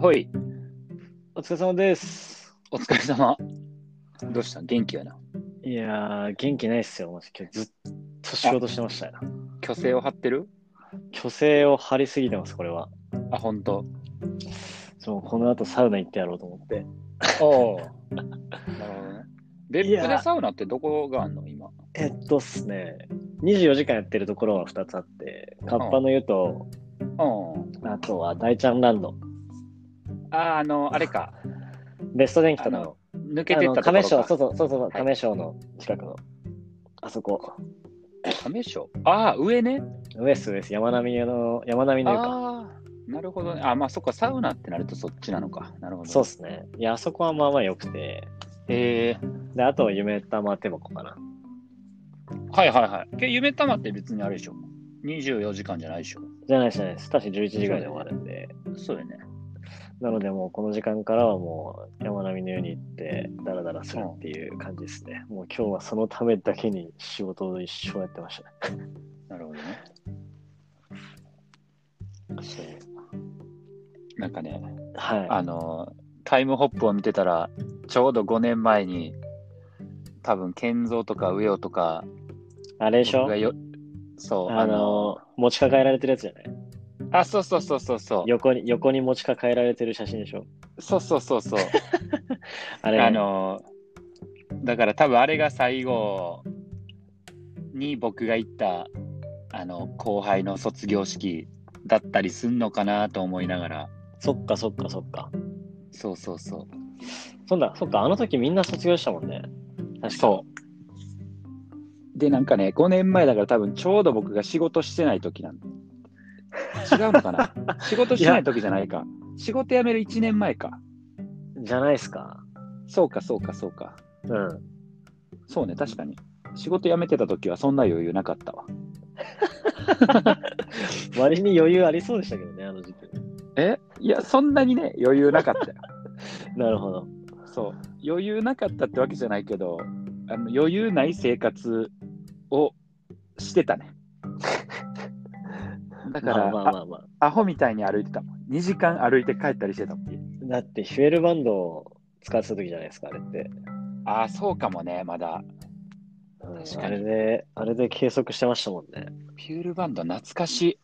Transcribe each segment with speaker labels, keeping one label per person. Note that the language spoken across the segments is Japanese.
Speaker 1: はい。お疲れ様です。
Speaker 2: お疲れ様。どうした元気やな。
Speaker 1: いやー、元気ないっすよ。マジ今日ずっと仕事してましたよ。
Speaker 2: 虚勢を張ってる
Speaker 1: 虚勢を張りすぎてます、これは。
Speaker 2: あ、ほんと。
Speaker 1: そうこの後サウナ行ってやろうと思って。
Speaker 2: おお。なるほどね。別
Speaker 1: いや
Speaker 2: 府 でサウナってどこがあんの今。
Speaker 1: えっとっすね、24時間やってるところは2つあって、カッパの湯と、
Speaker 2: うん。
Speaker 1: あとは大ちゃんランド、
Speaker 2: あ、あの、あれか。
Speaker 1: ベスト電機と
Speaker 2: あ
Speaker 1: の
Speaker 2: の、抜け
Speaker 1: あ
Speaker 2: てっ
Speaker 1: の
Speaker 2: たところか。
Speaker 1: 亀賞、そうそうそうそう、
Speaker 2: い
Speaker 1: 亀賞の近くの、あそこ、
Speaker 2: 亀賞ああ、上ね。
Speaker 1: ウエスウエス、山並みの、山並みの湯か。
Speaker 2: ああ。なるほどね。あ、まあそっか、サウナってなるとそっちなのか。なるほど。
Speaker 1: そうっすね。いや、あそこはまあまあ良くて、
Speaker 2: えー、
Speaker 1: で、あとは夢玉手箱かな。
Speaker 2: はいはいはい。け夢玉って別にあれでしょ。24時間じゃないでしょ。
Speaker 1: じゃないです、じゃないです。確か11時ぐらいで終わるんで。
Speaker 2: そうよね。
Speaker 1: なので、もうこの時間からはもう山並みのように行って、ダラダラするっていう感じですね。もう今日はそのためだけに仕事を一生やってましたね。
Speaker 2: なるほどね。そう。なんかね、
Speaker 1: は
Speaker 2: あの、タイムホップを見てたら、ちょうど5年前に、多分健三とか上尾とか、
Speaker 1: い。あれでしょ
Speaker 2: 僕がよそう、
Speaker 1: あ
Speaker 2: あ
Speaker 1: の
Speaker 2: の、、
Speaker 1: 持ち抱えられてるやつじゃない
Speaker 2: あ、そうそうそうそうそう、
Speaker 1: 横に、横に持ち抱えられてる写真でしょ
Speaker 2: そうそうそうそう、
Speaker 1: あれ、
Speaker 2: あの、だから多分あれが最後に僕が行った、あの、後輩の卒業式だったりすんのかなと思いながら、
Speaker 1: そっかそっかそっか。
Speaker 2: そうそうそ
Speaker 1: そんだ、そっか、あの時みんな卒業したもんね。確か
Speaker 2: う、そう。で、なんかね、5年前だから多分ちょうど僕が仕事してない時なん違うのか な仕事してない時じゃないか。仕事辞める1年前か。
Speaker 1: じゃないですか。
Speaker 2: そうか、そうか、そうか。
Speaker 1: うん。
Speaker 2: そうね、確かに。仕事辞めてた時はそんな余裕なかったわ。
Speaker 1: 割に余裕ありそうでしたけどね、あの時期。
Speaker 2: えいや、そんなにね、余裕なかったよ。
Speaker 1: なるほど。
Speaker 2: そう。余裕なかったってわけじゃないけど、あの余裕ない生活をしてたね。 だか
Speaker 1: ま
Speaker 2: ら、
Speaker 1: あまあまあまあ。
Speaker 2: あアホみたいに歩いてたもん。2時間歩いて帰ったりしてたもん。
Speaker 1: だってヒュエルバンドを使ってた時じゃないですか、あれって。
Speaker 2: ああ、そうかもね、まだ。
Speaker 1: うん
Speaker 2: 確かに
Speaker 1: あれで、あれで計測してましたもんね。
Speaker 2: ピュールバンド懐かしい。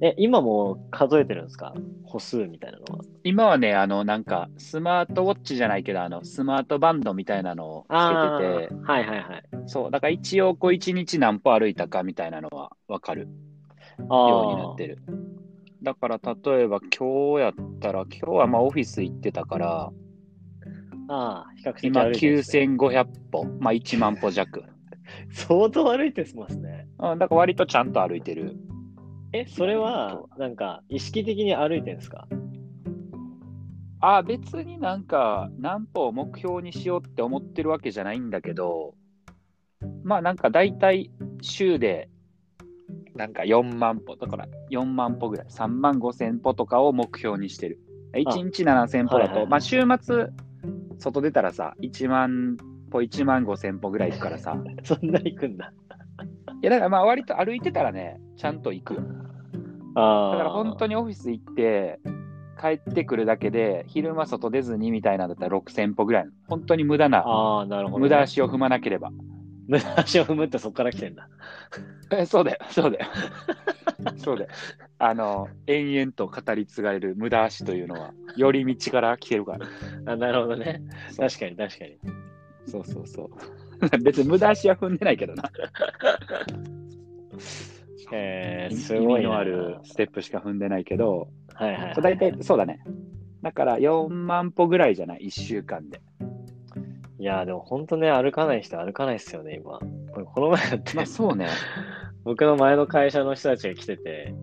Speaker 1: え、今も数えてるんですか歩数みたいなのは。
Speaker 2: 今はね、あの、なんか、スマートウォッチじゃないけど、あの、スマートバンドみたいなのをつけて
Speaker 1: ーはいはいはい。
Speaker 2: て、そう、だから一応、こう、一日何歩歩いたかみたいなのは分かる
Speaker 1: あ
Speaker 2: ようになってる。だから、例えば、今日やったら、今日はまあ、オフィス行ってたから、
Speaker 1: あ、ああ、比較的
Speaker 2: 今、
Speaker 1: 歩いてるんですね
Speaker 2: 9500歩、まあ、1万歩弱。
Speaker 1: 相当歩いてますね。
Speaker 2: うん、だから、割とちゃんと歩いてる。
Speaker 1: え、それは、なんか、意識的に歩いてるんですか
Speaker 2: ああ、別になんか、何歩を目標にしようって思ってるわけじゃないんだけど、まあなんか大体週で、なんか4万歩、だから4万歩ぐらい、3万5千歩とかを目標にしてる。1日7千歩だと、
Speaker 1: はいはい
Speaker 2: まあ週末、外出たらさ、1万歩、1万5千歩ぐらい行くからさ、い
Speaker 1: そんな行くんだ。
Speaker 2: やだからまあ割と歩いてたらね、ちゃんと行くよ。
Speaker 1: ああ。
Speaker 2: だから本当にオフィス行って、帰ってくるだけで、昼間外出ずにみたいなんだったら6000歩ぐらいの、本当に無駄な、
Speaker 1: ああ、なるほど、
Speaker 2: 無駄。足を踏まなければ。
Speaker 1: 無駄足を踏むってそっから来てんだ。
Speaker 2: えそうだよ、そうだよ。 そうだよ。あの、延々と語り継がれる無駄足というのは、寄り道から来てるから。
Speaker 1: あなるほどね。確かに確かに。
Speaker 2: そうそうそう。 別に無駄足は踏んでないけどな。
Speaker 1: えー、す
Speaker 2: 意
Speaker 1: ごい
Speaker 2: 味
Speaker 1: な
Speaker 2: のあるステップしか踏んでないけど、
Speaker 1: はいはい、はい。
Speaker 2: そう大体そうだね。だから4万歩ぐらいじゃない、1週間で。
Speaker 1: いやーでも本当ね、歩かない人は歩かないっすよね、今。これこの前だって、
Speaker 2: まあそうね。
Speaker 1: 僕の前の会社の人たちが来てて、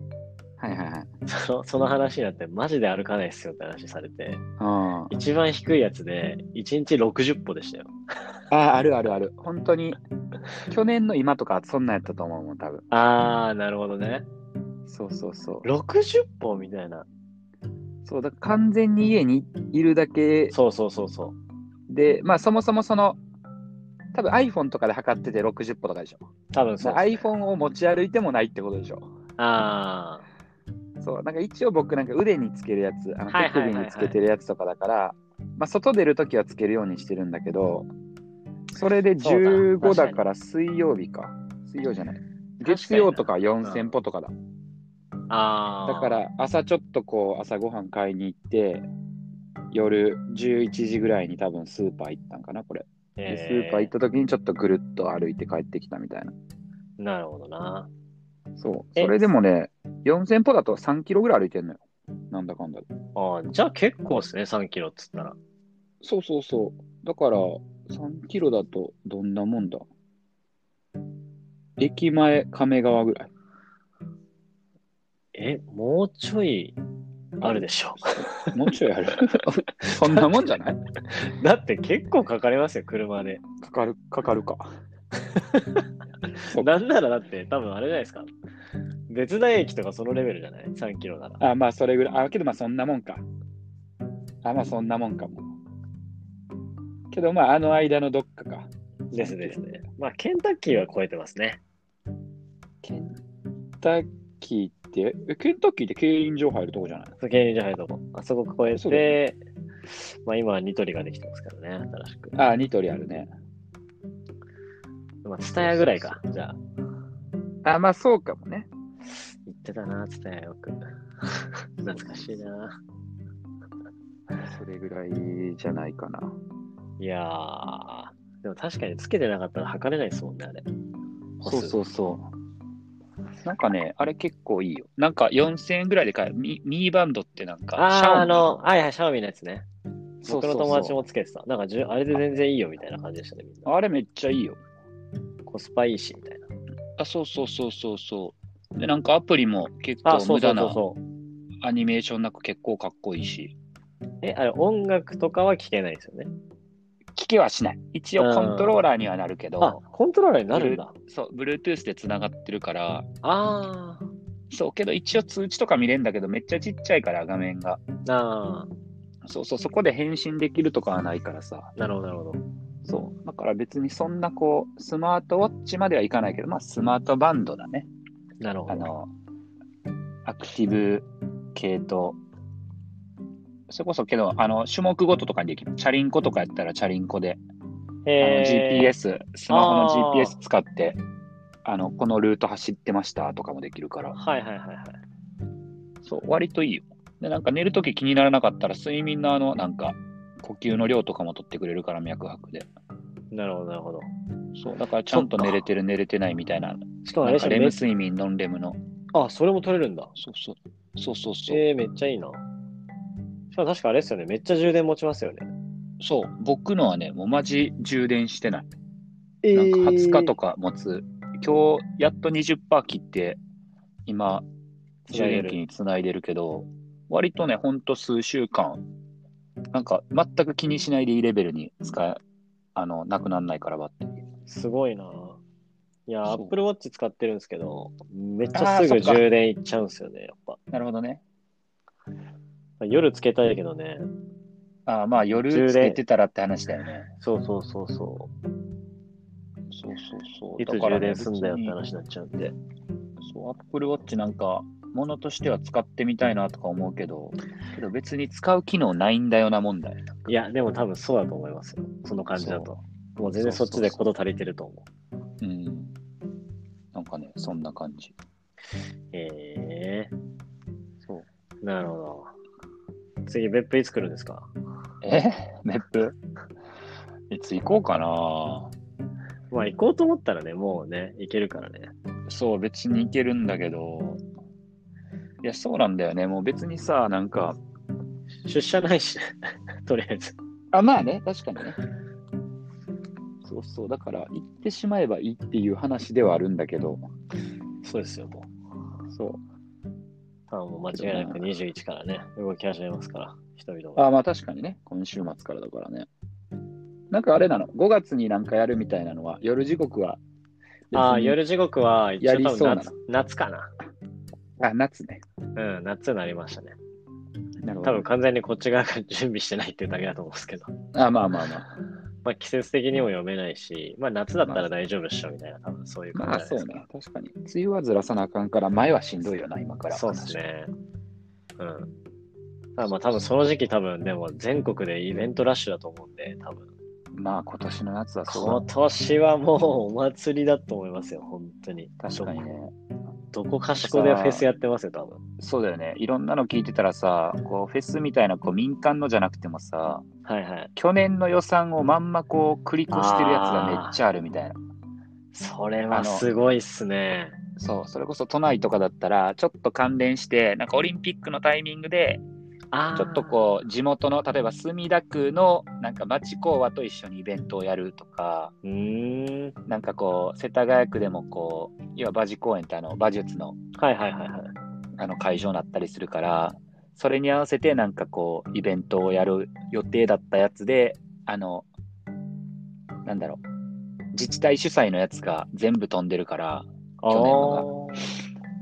Speaker 2: はいはいはい。
Speaker 1: そのその話になって、マジで歩かないっすよって話されて、
Speaker 2: うん、
Speaker 1: 一番低いやつで、1日60歩でしたよ。
Speaker 2: あーあるあるある本当に去年の今とかそんなんやったと思うもん多分
Speaker 1: あー、なるほどね。
Speaker 2: そうそうそう
Speaker 1: 60歩みたいな。
Speaker 2: そうだから完全に家にいるだけ
Speaker 1: そうそうそうそう。
Speaker 2: でまあそもそもその多分 iPhone とかで測ってて60歩とかでしょ
Speaker 1: 多分そう。
Speaker 2: だから iPhone を持ち歩いてもないってことでしょ
Speaker 1: あ
Speaker 2: そう、なんか一応僕なんか腕につけるやつ、あの
Speaker 1: はい
Speaker 2: 手
Speaker 1: はいはいはい
Speaker 2: 首につけてるやつとかだから、まあ外出るときはつけるようにしてるんだけど、それで
Speaker 1: そうだ
Speaker 2: 15
Speaker 1: 確か
Speaker 2: だ
Speaker 1: に
Speaker 2: から水曜日か。水曜じゃない。
Speaker 1: かに
Speaker 2: 月曜とか4000歩とかだ。
Speaker 1: あ
Speaker 2: だか、ら朝ちょっとこう朝ごはん買いに行って、夜11時ぐらいに多分スーパー行ったんかな、これ。でスーパー行った時にちょっとぐるっと歩いて帰ってきたみたいな。
Speaker 1: なるほどな。
Speaker 2: そう。
Speaker 1: え
Speaker 2: それでもね、4000歩だと3キロぐらい歩いてんのよ。なんだかんだで。
Speaker 1: ああ、じゃあ結構ですね、3キロっつったら。
Speaker 2: そうそうそう。だから、3キロだとどんなもんだ駅前、亀川 ぐらい。
Speaker 1: え、もうちょいあるでしょ。
Speaker 2: もうちょいある。そんなもんじゃない
Speaker 1: だって結構かかりますよ、車で。
Speaker 2: かかる、かかる か。 そう
Speaker 1: なんならだって多分あれじゃないですか。別大駅とかそのレベルじゃない ?3 キロなら。
Speaker 2: あ、まあ、それぐらい。あ、けどまあ、そんなもんか。あ、まあ、そんなもんかも。けどまあ、あの間のどっかか。
Speaker 1: ですですね。まあ、ケンタッキーは超えてますね。
Speaker 2: ケンタッキーって、えケンタッキーって競輪場入るとこじゃない
Speaker 1: そこ芸人じゃないとこ。あそこ超え
Speaker 2: そうだ
Speaker 1: て、まあ今はニトリができてますからね、新しく。
Speaker 2: あ、ニトリあるね。
Speaker 1: まあ、ツタヤぐらいか。じゃあ、
Speaker 2: あ、まあ、そうかもね。
Speaker 1: 行ってたな、ツタヤよく。懐かしいな。
Speaker 2: それぐらいじゃないかな。
Speaker 1: いやー、でも確かにつけてなかったら測れないですもんね、あれ。
Speaker 2: そうそうそう。なんかね、あれ結構いいよ。なんか4000円ぐらいで買える。ミミーバンドってなんか、
Speaker 1: あ
Speaker 2: シャオ
Speaker 1: あ、
Speaker 2: ミ
Speaker 1: あの、はいはい、シャオミのやつね。
Speaker 2: そうそ
Speaker 1: 僕
Speaker 2: う
Speaker 1: の
Speaker 2: そう
Speaker 1: 友達もつけてた。なんかじゅ、あれで全然いいよみたいな感じでしたね、みんな。
Speaker 2: あれめっちゃいいよ。
Speaker 1: コスパいいし、みたいな。
Speaker 2: あ、そうそうそうそうそう。で、なんかアプリも結
Speaker 1: あ、
Speaker 2: 構
Speaker 1: そう
Speaker 2: 無
Speaker 1: そ
Speaker 2: 駄
Speaker 1: うそう
Speaker 2: な
Speaker 1: そう。
Speaker 2: アニメーションなく結構かっこいいし。
Speaker 1: え、あれ、音楽とかは聞けないですよね。
Speaker 2: 聞きはしない。一応コントローラーにはなるけ
Speaker 1: あ
Speaker 2: ど、、
Speaker 1: コントローラーになるんだ。
Speaker 2: そう、Bluetooth でつながってるから、
Speaker 1: あー
Speaker 2: そう、けど一応通知とか見れるんだけど、めっちゃちっちゃいから画面が。
Speaker 1: あ
Speaker 2: そうそう、そこで返信できるとかはないからさ。
Speaker 1: ー、なるほど、なるほど。
Speaker 2: そう。だから別にそんなこう、スマートウォッチまではいかないけど、まあスマートバンドだね。
Speaker 1: なるほ
Speaker 2: あ
Speaker 1: ど。
Speaker 2: の、アクティブ系と、それこそけど、あの、種目ごととかにできる。チャリンコとかやったらチャリンコで、あの
Speaker 1: へー
Speaker 2: GPS、スマホの
Speaker 1: あー
Speaker 2: GPS 使って、あの、このルート走ってましたとかもできるから、
Speaker 1: はいはいはいはい。
Speaker 2: そう、割といいよ。で、なんか寝るとき気にならなかったら、睡眠のあの、なんか、呼吸の量とかも取ってくれるから、脈拍で。
Speaker 1: なるほど、なるほど。
Speaker 2: そう、だからちゃんと寝れてる、寝れてないみたいな
Speaker 1: しかもあ
Speaker 2: な
Speaker 1: れ
Speaker 2: んか
Speaker 1: でしょ
Speaker 2: レム
Speaker 1: め
Speaker 2: 睡眠、ノンレムの。
Speaker 1: あ、それも取れるんだ。
Speaker 2: そうそう。そうそうそう。
Speaker 1: えー、めっちゃいいな。しかも確かあれですよね。めっちゃ充電持ちますよね。
Speaker 2: そう。僕のはね、もうマジ充電してない。
Speaker 1: え
Speaker 2: なんか20日とか持つ。今日、やっと20%切って、今、
Speaker 1: つな
Speaker 2: 充
Speaker 1: げる
Speaker 2: 電器につないでるけど、割とね、ほんと数週間、なんか全く気にしないでいいレベルに使え、あの、なくならないからバッテリー。
Speaker 1: すごいな。いや、
Speaker 2: そう
Speaker 1: Apple Watch 使ってるんですけど、めっちゃすぐ
Speaker 2: あーそっか
Speaker 1: 充電いっちゃうんですよね、やっぱ。
Speaker 2: なるほどね。
Speaker 1: 夜つけたいけどね。
Speaker 2: ああまあ夜
Speaker 1: 充電
Speaker 2: つけてたらって話だよね。
Speaker 1: そうそうそうそ。
Speaker 2: そうそうそうう。
Speaker 1: いつ充電すんだよって話になっちゃうんで。
Speaker 2: そう、Apple Watch なんか、ものとしては使ってみたいなとか思うけど、けど別に使う機能ないんだよな問題。
Speaker 1: いや、でも多分そうだと思いますよ。その感じだと。もう全然そっちでこと足りてると思う。
Speaker 2: うん。なんかね、そんな感じ。
Speaker 1: ええ
Speaker 2: そう。
Speaker 1: なるほど。次、別府いつ来るんですか
Speaker 2: え 別府いつ行こうかな
Speaker 1: まあ行こうと思ったらね、もうね、行けるからね。
Speaker 2: そう、別に行けるんだけど、いや、そうなんだよね。もう別にさ、なんか、
Speaker 1: 出社ないし、ね、 とりあえず。
Speaker 2: あ、まあね、確かにね。そうそう、だから行ってしまえばいいっていう話ではあるんだけど、
Speaker 1: そうですよ、もう。
Speaker 2: そう。
Speaker 1: あもう間違いなく21からね、動き始めますから、人々が。
Speaker 2: あまあ確かにね、今週末からだからね。なんかあれなの、5月になんかやるみたいなのは、夜時刻は別に、
Speaker 1: ああ、夜時刻は一応
Speaker 2: や
Speaker 1: 多
Speaker 2: りそう
Speaker 1: 分
Speaker 2: なの
Speaker 1: 夏夏かな。
Speaker 2: あ、夏ね。
Speaker 1: うん、夏になりましたね。
Speaker 2: なるほ
Speaker 1: 多
Speaker 2: ど。
Speaker 1: 分完全にこっち側が準備してないっていうだけだと思うんですけど。
Speaker 2: あ、まあまあまあ。
Speaker 1: まあ季節的にも読めないし、まあ夏だったら大丈夫っしょみたいな、多分そういう感
Speaker 2: ま
Speaker 1: じ
Speaker 2: あ
Speaker 1: じゃない
Speaker 2: そ
Speaker 1: で
Speaker 2: う
Speaker 1: すか。
Speaker 2: ね、確かに。梅雨はずらさなあかんから、前はしんどいよな、今から。
Speaker 1: そうです。ね。うん。あまあ多分その時期多分でも全国でイベントラッシュだと思うんで、多分。
Speaker 2: まあ今年の夏はそう
Speaker 1: 今年はもうお祭りだと思いますよ、本当に。
Speaker 2: 確かにね。
Speaker 1: どこ。どこかしこでフェスやってますよ、多分。
Speaker 2: そうだよね。いろんなの聞いてたらさ、こうフェスみたいなこう民間のじゃなくてもさ、
Speaker 1: はいはい。
Speaker 2: 去年の予算をまんまこう繰り越してるやつがめっちゃあるみたいな。
Speaker 1: それはすごいっすね。
Speaker 2: そう、それこそ都内とかだったら、ちょっと関連して、なんかオリンピックのタイミングで、
Speaker 1: あー
Speaker 2: ちょっとこう、地元の、例えば墨田区のなんか町講話と一緒にイベントをやるとか、
Speaker 1: う。ーん。
Speaker 2: なんかこう、世田谷区でもこう、要は馬事公園ってあの、馬術の
Speaker 1: はいはいはいはい。
Speaker 2: あの会場になったりするから、それに合わせてなんかこう、イベントをやる予定だったやつで、あの、なんだろう、自治体主催のやつが全部飛んでるから、去年の
Speaker 1: あー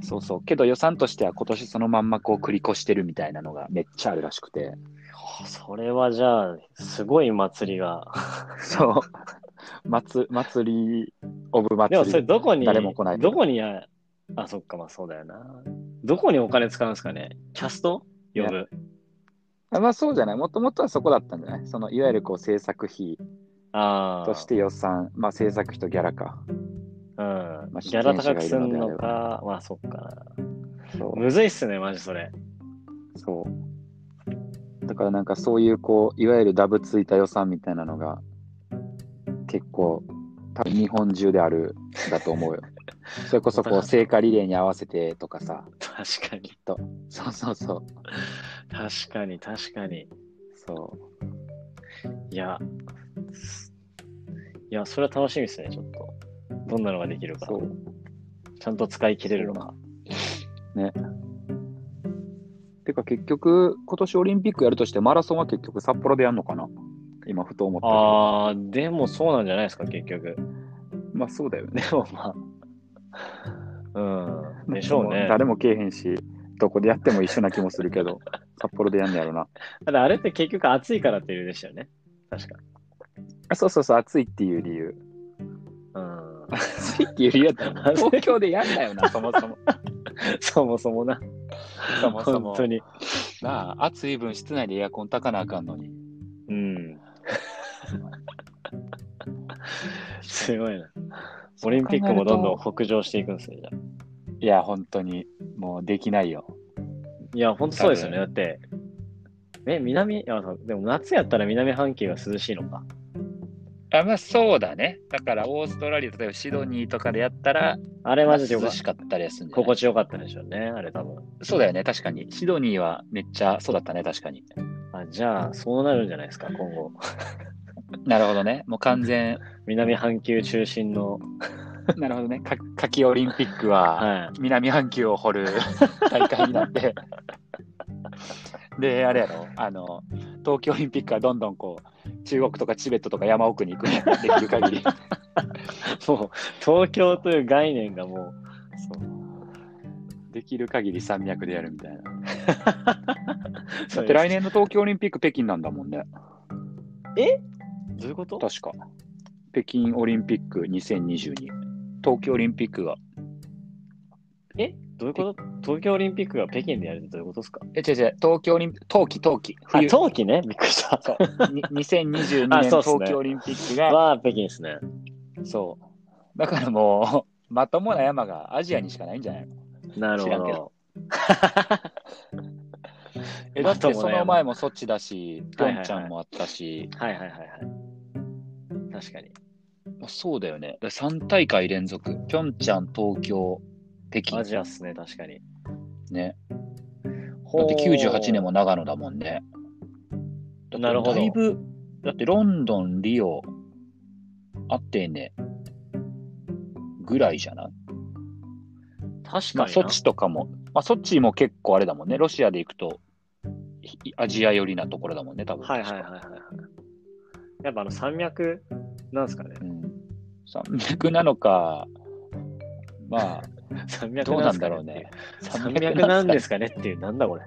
Speaker 2: そうそう。けど予算としては今年そのまんまこう繰り越してるみたいなのがめっちゃあるらしくて。
Speaker 1: それはじゃあ、すごい祭りが。
Speaker 2: そう。 祭祭り、オブ
Speaker 1: で
Speaker 2: 祭
Speaker 1: も
Speaker 2: り。
Speaker 1: それどこに、
Speaker 2: 誰も来ないけど
Speaker 1: どこにや、あ、そっか、まあそうだよな。どこにお金使うんですかねキャスト呼ぶ。
Speaker 2: まあそうじゃない。もともとはそこだったんじゃないそのいわゆるこう制作費
Speaker 1: ああ。
Speaker 2: として予算、まあ制作費とギャラか。
Speaker 1: うん。
Speaker 2: まあ
Speaker 1: ギャラ高くすんの
Speaker 2: 出演者がいるので
Speaker 1: か、まあそっか
Speaker 2: そ
Speaker 1: な。むずいっすね、マジそれ。
Speaker 2: う。そう。だからなんかそういうこう、いわゆるダブついた予算みたいなのが結構多分日本中であるんだと思 うよ。それこそこう聖火リレーに合わせてとかさ。
Speaker 1: 確かに。
Speaker 2: そうそうそう。
Speaker 1: 確かに、確かに。
Speaker 2: そ
Speaker 1: いや、いや、それは楽しみですね、ちょっと。どんなのができる
Speaker 2: う。
Speaker 1: か
Speaker 2: そ。う。
Speaker 1: ちゃんと使い切れるのか。
Speaker 2: てか結局、今年オリンピックやるとしてマラソンは結局札幌でやるのかな今ふと思ったけど。
Speaker 1: あー、でもそうなんじゃないですか、結局。
Speaker 2: まあそうだよね。
Speaker 1: でもまあ、うん、でしょうね。
Speaker 2: 誰もけえへんし、どこでやっても一緒な気もするけど、札幌でやんねやろな。
Speaker 1: ただあれって結局暑いからっていう理由でしたよね。確か。
Speaker 2: あそうそうそう、暑いっていう理由。
Speaker 1: うん、
Speaker 2: 暑いっていう理由やった
Speaker 1: ら東
Speaker 2: 京でやんなよ な、そもそも。
Speaker 1: そもそもな、
Speaker 2: そもそも
Speaker 1: 本。当に。
Speaker 2: なあ、暑い分室内でエアコン炊かなあかんのに。
Speaker 1: うん。すごいな。オリンピックもどんどん北上していくんですね、じゃあ
Speaker 2: いや、本当に、もうできないよ。
Speaker 1: いや、本当そうですよね。だって、え、南、あそうでも夏やったら南半球が涼しいのか。
Speaker 2: あまあそうだね。だからオーストラリア、例えばシドニーとかでやったら、
Speaker 1: あれマジでよか
Speaker 2: 涼しかったりはするんじゃない
Speaker 1: 心地よかったでしょうね、あれ多分。
Speaker 2: そうだよね、確かに。シドニーはめっちゃそうだったね、確かに。
Speaker 1: あじゃあ、そうなるんじゃないですか、今後。
Speaker 2: なるほどね。もう完 全、
Speaker 1: 南半球中心の、
Speaker 2: なるほどね。か 夏季オリンピックは、
Speaker 1: はい。
Speaker 2: 南半球を 掘る大会になって。で、あれやろ、あの、東京オリンピックはどんどんこう、中国とかチベットとか山奥に行くね、できる限 り。
Speaker 1: もう、東京という概念がも
Speaker 2: できる限り山脈でやるみたいな。
Speaker 1: う、
Speaker 2: だって来年の東京オリンピック北京なんだもんね。
Speaker 1: どういうこと
Speaker 2: 確か。北京オリンピック2022。東京オリンピックが
Speaker 1: えどういうこと東京オリンピックが北京でやるってどういうことですか
Speaker 2: え、違う違う、東京オリンピック、冬季、冬季。
Speaker 1: あ、
Speaker 2: 冬
Speaker 1: 冬季ねびっくり した。
Speaker 2: そうに2022
Speaker 1: あ
Speaker 2: 年
Speaker 1: そうっすね
Speaker 2: 東京オリンピックが、
Speaker 1: は、北京ですね。
Speaker 2: そう。だからもう、 まともな山がアジアにしかないんじゃないの
Speaker 1: なる
Speaker 2: 知らんけ
Speaker 1: ほ
Speaker 2: どえ、だっ
Speaker 1: まと
Speaker 2: て
Speaker 1: も
Speaker 2: そ
Speaker 1: な
Speaker 2: の
Speaker 1: 山
Speaker 2: 前もソチだし、ピ
Speaker 1: はい
Speaker 2: ョ
Speaker 1: はいはい
Speaker 2: ンチャンもあったし、
Speaker 1: ど。はいはいはいはい。確かに。
Speaker 2: そうだよね。3大会連続、ピョンチャン、東京、北
Speaker 1: ア
Speaker 2: 京
Speaker 1: ジアっすね、確かに。
Speaker 2: ね。だ
Speaker 1: ほ
Speaker 2: っ
Speaker 1: う
Speaker 2: て98年も長野だもんね。だって
Speaker 1: なるほど
Speaker 2: だいぶ、だってロンドン、リオ、アテネぐらいじゃない
Speaker 1: 確
Speaker 2: まあ、
Speaker 1: かに
Speaker 2: ソ
Speaker 1: な。
Speaker 2: チとかも、まあ、ソチも結構あれだもんね、ロシアで行くと、ひアジア寄りなところだもんね、多分
Speaker 1: はいはいはい
Speaker 2: 確
Speaker 1: は
Speaker 2: か
Speaker 1: いはい。やっぱあの山脈なんですかね。
Speaker 2: うん、山脈なのか、まあ、
Speaker 1: 山 脈
Speaker 2: どう
Speaker 1: な
Speaker 2: なん
Speaker 1: す
Speaker 2: ん
Speaker 1: か
Speaker 2: だ
Speaker 1: ね
Speaker 2: ろう
Speaker 1: って
Speaker 2: ね。
Speaker 1: いう山脈なんですすかねっていう、なんだ これ。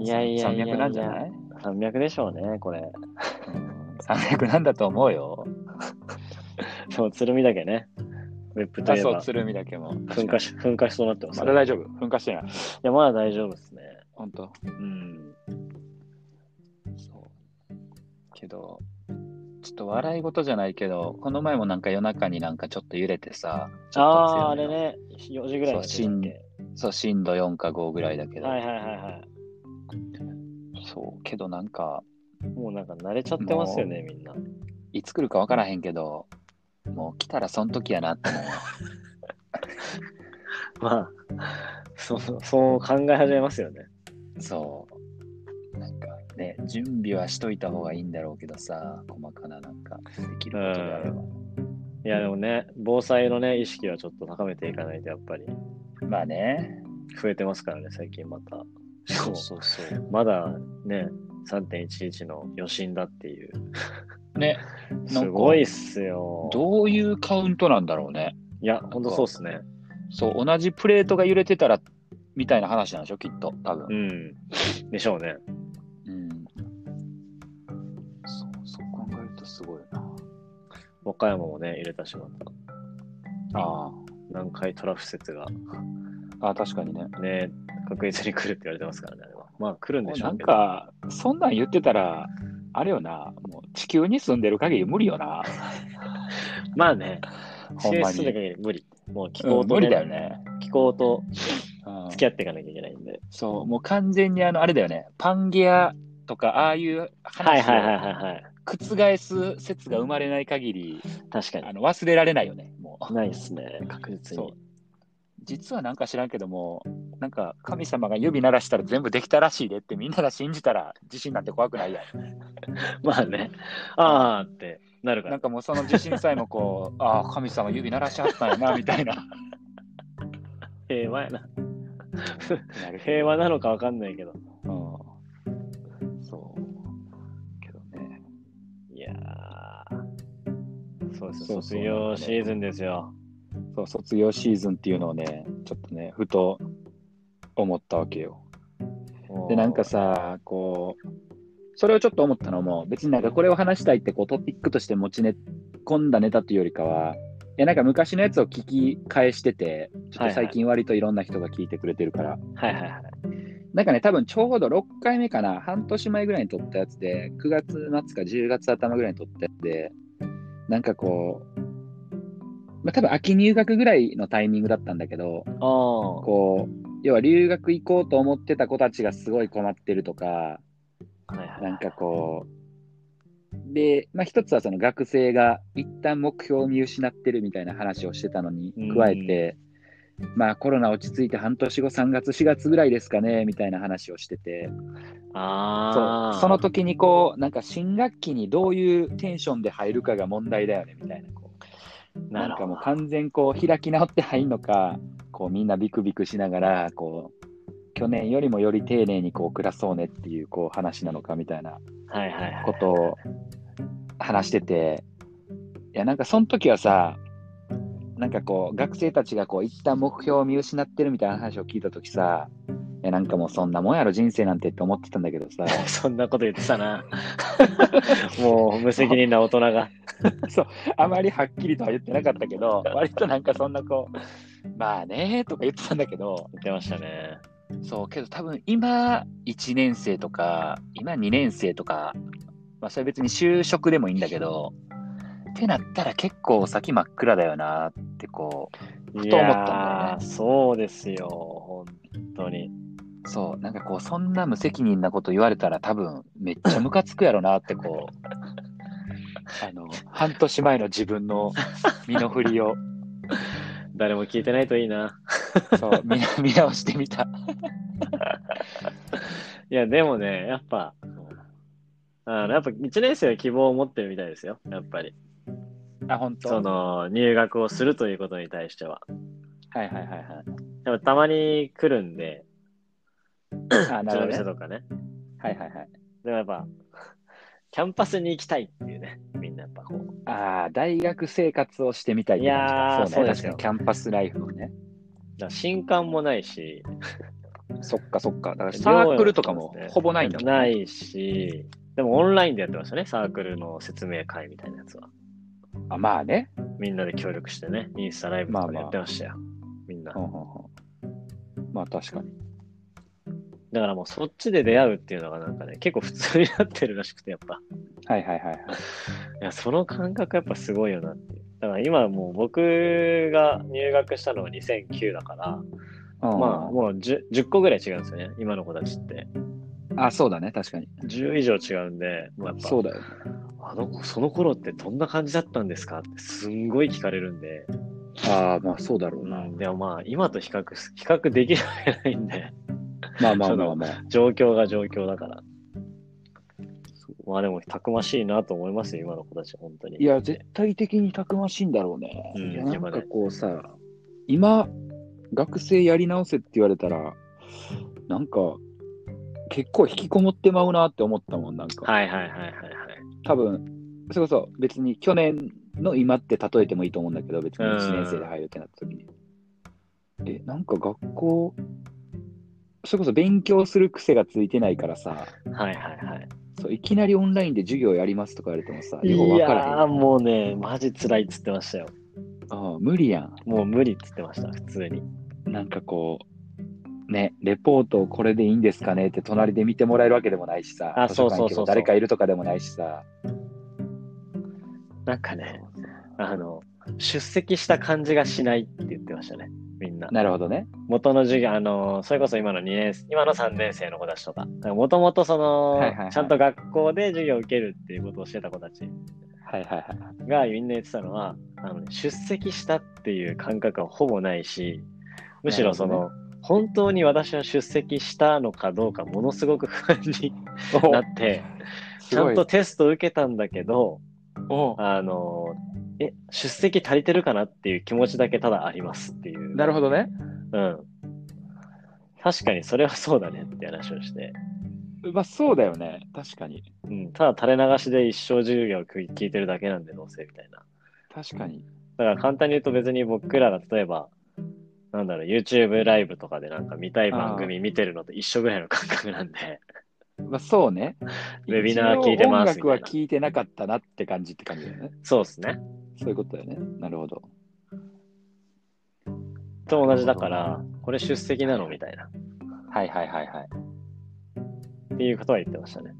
Speaker 1: いやいやいやいや
Speaker 2: 山脈なんじゃない
Speaker 1: 山脈でしょうね、これ。
Speaker 2: うん山脈なんだと思うよ。
Speaker 1: そう、鶴見岳ね。別府と
Speaker 2: あ、
Speaker 1: いえ
Speaker 2: そう、
Speaker 1: ば
Speaker 2: 鶴見だけも。
Speaker 1: 噴火し、噴火しそうになってます、
Speaker 2: ま
Speaker 1: ね。
Speaker 2: だ大
Speaker 1: い
Speaker 2: 丈夫。噴火してない。
Speaker 1: や、まだ大丈夫ですね。
Speaker 2: 本当
Speaker 1: うん。
Speaker 2: そう。けど、ちょっと笑い事じゃないけど、この前もなんか夜中になんかちょっと揺れてさ、ち
Speaker 1: あ
Speaker 2: ょっと
Speaker 1: あー、あ
Speaker 2: 強
Speaker 1: れ
Speaker 2: めの。
Speaker 1: ね、4時ぐらいに
Speaker 2: そう
Speaker 1: 寝て
Speaker 2: そう、震度4か5ぐらいだけ
Speaker 1: たっけ
Speaker 2: ど、
Speaker 1: はいはいはいは
Speaker 2: そう、けどなんか、
Speaker 1: い。もうなんか慣れちゃってますよね、みんな。
Speaker 2: いつ来るかわからへんけど、もう来たらそん時やなって思う。
Speaker 1: まあ、そう、そう考え始めますよね。
Speaker 2: そう。なんかね、準備はしといた方がいいんだろうけどさ、細かななんか、できることであれば。
Speaker 1: いや、でもね、防災のね、意識はちょっと高めていかないと、やっぱり
Speaker 2: まあね、
Speaker 1: 増えてますからね、最近また。
Speaker 2: そうそうそう。
Speaker 1: まだね、3.11の余震だっていう。
Speaker 2: ね、
Speaker 1: すごいっすよ。
Speaker 2: どういうカウントなんだろうね。
Speaker 1: いや、ほんとそうっすね。
Speaker 2: そう、同じプレートが揺れてたら、みたいな話なんでしょ、きっと、多
Speaker 1: う
Speaker 2: 分。
Speaker 1: ん。でしょうね。
Speaker 2: うん。そう、そう考えるとすごいな。
Speaker 1: 和歌山もね、入れたしまった。
Speaker 2: あ
Speaker 1: 南海トラフ説が
Speaker 2: あ、あ確かにね。
Speaker 1: ね、確実に来るって言われてますからね、あれは。まあ来るんでしょ
Speaker 2: な
Speaker 1: うんけど。
Speaker 2: か、そんなん言ってたら、あれよな、もう地球に住んでる限り無理よな。
Speaker 1: まあね、
Speaker 2: ほんまに
Speaker 1: 進出だけ無理。もう気
Speaker 2: う
Speaker 1: 候
Speaker 2: ん
Speaker 1: と、
Speaker 2: 無理だよ
Speaker 1: ね。
Speaker 2: ね。
Speaker 1: 気候と
Speaker 2: うん
Speaker 1: 付き合っていかなきゃいけないんで。
Speaker 2: そう、もう完全にあの、あれだよね、パンゲアとか、ああいう
Speaker 1: はいはいはい
Speaker 2: 話を
Speaker 1: はいはい。
Speaker 2: 覆す説が生まれない限り、
Speaker 1: 確か
Speaker 2: あの忘れられないよね、もう。
Speaker 1: に。ないっすね、確実
Speaker 2: そう
Speaker 1: に。
Speaker 2: 実はなんか知らんけども、なんか神様が指鳴らしたら全部できたらしいでってみんなが信じたら地震なんて怖くないやん。
Speaker 1: まあね、あーってなるか
Speaker 2: なん
Speaker 1: ら。
Speaker 2: かもうその地震さえもこう、 ああ、神様指鳴らしはったんやな、みたいな。
Speaker 1: 平和やな。
Speaker 2: なる
Speaker 1: 平和なのかわかんないけど。
Speaker 2: うん。そう。けどね。
Speaker 1: いやー。そうで
Speaker 2: そ
Speaker 1: す
Speaker 2: うそう
Speaker 1: 卒業シーズンですよ。
Speaker 2: そう、卒業シーズンっていうのをね、ちょっとね、ふと思ったわけよ。で、なんかさ、こう、それをちょっと思ったのも、別になんかこれを話したいってこうトピックとして持ちね込んだネタというよりかは、いやなんか昔のやつを聞き返してて、ちょっと最近割といろんな人が聞いてくれてるから、
Speaker 1: はいはいはい。
Speaker 2: なんかね、多分ちょうど6回目かな、半年前ぐらいに撮ったやつで、9月末か10月頭ぐらいに撮ったやつで、なんかこう、まあ、多分秋入学ぐらいのタイミングだったんだけど、
Speaker 1: あー。
Speaker 2: こう、要は留学行こうと思ってた子たちがすごい困ってるとか、
Speaker 1: はいはい
Speaker 2: なんかこう、で、まあ、一つはその学生が一旦目標を見失ってるみたいな話をしてたのに
Speaker 1: うん
Speaker 2: 加えて、まあコロナ落ち着いて半年後3月4月ぐらいですかねみたいな話をしてて
Speaker 1: あ
Speaker 2: そ
Speaker 1: ー
Speaker 2: うその時にこうなんか新学期にどういうテンションで入るかが問題だよねみたいなこうな
Speaker 1: なる
Speaker 2: ん
Speaker 1: ほ
Speaker 2: か
Speaker 1: ど
Speaker 2: もう完全こう開き直って入んのかこうみんなビクビクしながらこう去年よりもより丁寧にこう暮らそうねっていうこう話なのかみたいな
Speaker 1: はいはいはい。
Speaker 2: ことを話してて、いや、なんかその時はさ、なんかこう、学生たちがこう、一旦目標を見失ってるみたいな話を聞いた時さ、いや、なんかもうそんなもんやろ、人生なんてって思ってたんだけどさ、
Speaker 1: そんなこと言って たな。もう無責任な大人が。
Speaker 2: あまりはっきりとは言ってなかったけど、割となんかそんなこう、まあねーとか言ってたんだけど、
Speaker 1: 言ってましたね。
Speaker 2: そう、けど多分今、1年生とか、今2年生とか、まあそれ別に就職でもいいんだけど、ってなったら結構先真っ暗だよなってこう、ふと思ったんだよ
Speaker 1: いやーそうですよ、本当に。
Speaker 2: そう、なんかこう、そんな無責任なこと言われたら、多分めっちゃムカつくやろなって、こう、あの、半年前の自分の身の振りを、
Speaker 1: 誰も聞いてないといいな。
Speaker 2: そう、見見直してみた。
Speaker 1: いや、でもね、やっぱ、あのやっぱ1年生は希望を持ってるみたいですよ、やっぱり。
Speaker 2: あ、本当
Speaker 1: その、入学をするということに対しては。
Speaker 2: はいはいはいは
Speaker 1: やっぱたまに来るんで、
Speaker 2: い。あ、
Speaker 1: う
Speaker 2: な
Speaker 1: ち
Speaker 2: る
Speaker 1: の
Speaker 2: ほど、ね。
Speaker 1: 店とかね。
Speaker 2: はいはいはい。
Speaker 1: でもやっぱ、キャンパスに行きたいっていうね、みんなやっぱこう。
Speaker 2: ああ、大学生活をしてみたいって感じ
Speaker 1: いやー
Speaker 2: だそうね、
Speaker 1: そうです
Speaker 2: 確
Speaker 1: よ
Speaker 2: かにキャンパスライフをね。
Speaker 1: だから新刊もないし、
Speaker 2: そっかそっか。だからサークルとかもほぼないんだもんね、
Speaker 1: ないし、でもオンラインでやってましたね、サークルの説明会みたいなやつは。
Speaker 2: あまあね。
Speaker 1: みんなで協力してね、インスタライブとか
Speaker 2: まあまあ
Speaker 1: やってましたよ。みんな
Speaker 2: う。んうんうんまあ確かに。
Speaker 1: だからもうそっちで出会うっていうのがなんかね、結構普通になってるらしくて、やっぱ。
Speaker 2: はいはいはいはい。
Speaker 1: いや、その感覚やっぱすごいよなっていう。だから今もう僕が入学したのは2009だから、
Speaker 2: うん
Speaker 1: まあもう 10, 10個ぐらい違うんですよね、今の子たちって。
Speaker 2: あ、そうだね、確かに。
Speaker 1: 10以上違うんで、もうやっぱ
Speaker 2: そうだよ。
Speaker 1: あの子、その頃ってどんな感じだったんですかってすんごい聞かれるんで、
Speaker 2: ああ、まあそうだろう
Speaker 1: う
Speaker 2: な。
Speaker 1: ん、でもまあ今と比較す、比較できるわけないんで、
Speaker 2: まあまあまあまあ。
Speaker 1: 状況が状況だから。まあでもたくましいなと思いますよ、今の子たち、本当に。
Speaker 2: いや、絶対的にたくましいんだろうね。
Speaker 1: うん
Speaker 2: いや
Speaker 1: や
Speaker 2: な
Speaker 1: っぱね
Speaker 2: んかこうさ、今、学生やり直せって言われたら、なんか、結構引きこもってまうなって思ったもん、なんか。
Speaker 1: はいはいはいはいはい。
Speaker 2: 多分それこそ別に去年の今って例えてもいいと思うんだけど別に
Speaker 1: うん
Speaker 2: 1年生で入るってなった時に、えなんか学校それこそ勉強する癖がついてないからさ
Speaker 1: はいはいはい。
Speaker 2: そういきなりオンラインで授業やりますとか言われてもさよう
Speaker 1: い
Speaker 2: 分か
Speaker 1: や
Speaker 2: らへ
Speaker 1: ー
Speaker 2: ん
Speaker 1: もうね、マジ辛いっつってましたよ。
Speaker 2: ああ無理やん
Speaker 1: もう無理っつってました、普通に。
Speaker 2: なんかこうねレポートをこれでいいんですかねって隣で見てもらえるわけでもないしさ
Speaker 1: あ
Speaker 2: 図書館
Speaker 1: そうそうそ
Speaker 2: 行
Speaker 1: うそう
Speaker 2: けば誰かいるとかでもないしさ
Speaker 1: なんかね、あの、出席した感じがしないって言ってましたね、みんな。
Speaker 2: なるほどね
Speaker 1: 元の授業、あの、それこそ今の2年、今の3年生の子たちとか、もともとその、
Speaker 2: はいはいはい
Speaker 1: ちゃんと学校で授業を受けるっていうことをしてた子たち
Speaker 2: はいはいはい
Speaker 1: がみんな言ってたのは、あのね出席したっていう感覚はほぼないし、むしろそ
Speaker 2: な
Speaker 1: の、本当に私は出席したのかどうか、ものすごく不安に
Speaker 2: お
Speaker 1: なって、
Speaker 2: す
Speaker 1: ちゃ
Speaker 2: ご
Speaker 1: ん
Speaker 2: い
Speaker 1: とテスト受けたんだけど、
Speaker 2: お
Speaker 1: あの、え、出席足りてるかなっていう気持ちだけただありますっていう。
Speaker 2: なるほどね
Speaker 1: うん。確かにそれはそうだねって話をして。
Speaker 2: まあそうだよね、確かに。
Speaker 1: うん、ただ垂れ流しで一生授業を聞い聞いてるだけなんでどうせみたいな。
Speaker 2: 確かに。
Speaker 1: だから簡単に言うと別に僕らが例えば、なんだろう、YouTube ライブとかでなんか見たい番組見てるのと一緒ぐらいの感覚なんで。
Speaker 2: まあそうね。
Speaker 1: ウェビナー聞いてます
Speaker 2: 一
Speaker 1: み
Speaker 2: 応音楽
Speaker 1: たいな
Speaker 2: は聞いてなかったなって感じって感じだよね。
Speaker 1: そうですね。
Speaker 2: そういうことだよね。なるほど。
Speaker 1: と同じだから、これ出席なのみたいな。
Speaker 2: はいはいはいはい。
Speaker 1: っていうことは言ってましたね。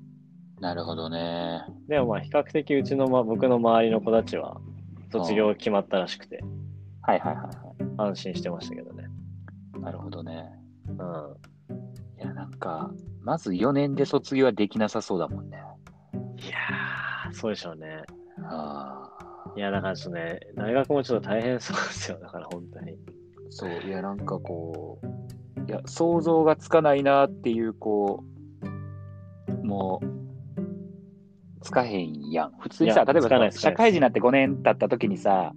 Speaker 2: なるほどね。
Speaker 1: でもまあ比較的うちの、ま、僕の周りの子たちは卒業決まったらしくて
Speaker 2: はいはいはいは
Speaker 1: 安心してましたけどね。
Speaker 2: い。なるほどね。
Speaker 1: うん。
Speaker 2: いやなんか、まず4年で卒業はできなさそうだもんね。
Speaker 1: いやー、そうでしょうね。
Speaker 2: ああ。
Speaker 1: いや、だからちょっとね、大学もちょっと大変そうですよ。だから本当に。
Speaker 2: そう、いやなんかこう、いや想像がつかないなっていう、こう、もう、つかへんやん。普通に
Speaker 1: い
Speaker 2: さ、
Speaker 1: や
Speaker 2: 例えば
Speaker 1: つかない
Speaker 2: さ
Speaker 1: つかない
Speaker 2: 社会人になって5年経った時にさ、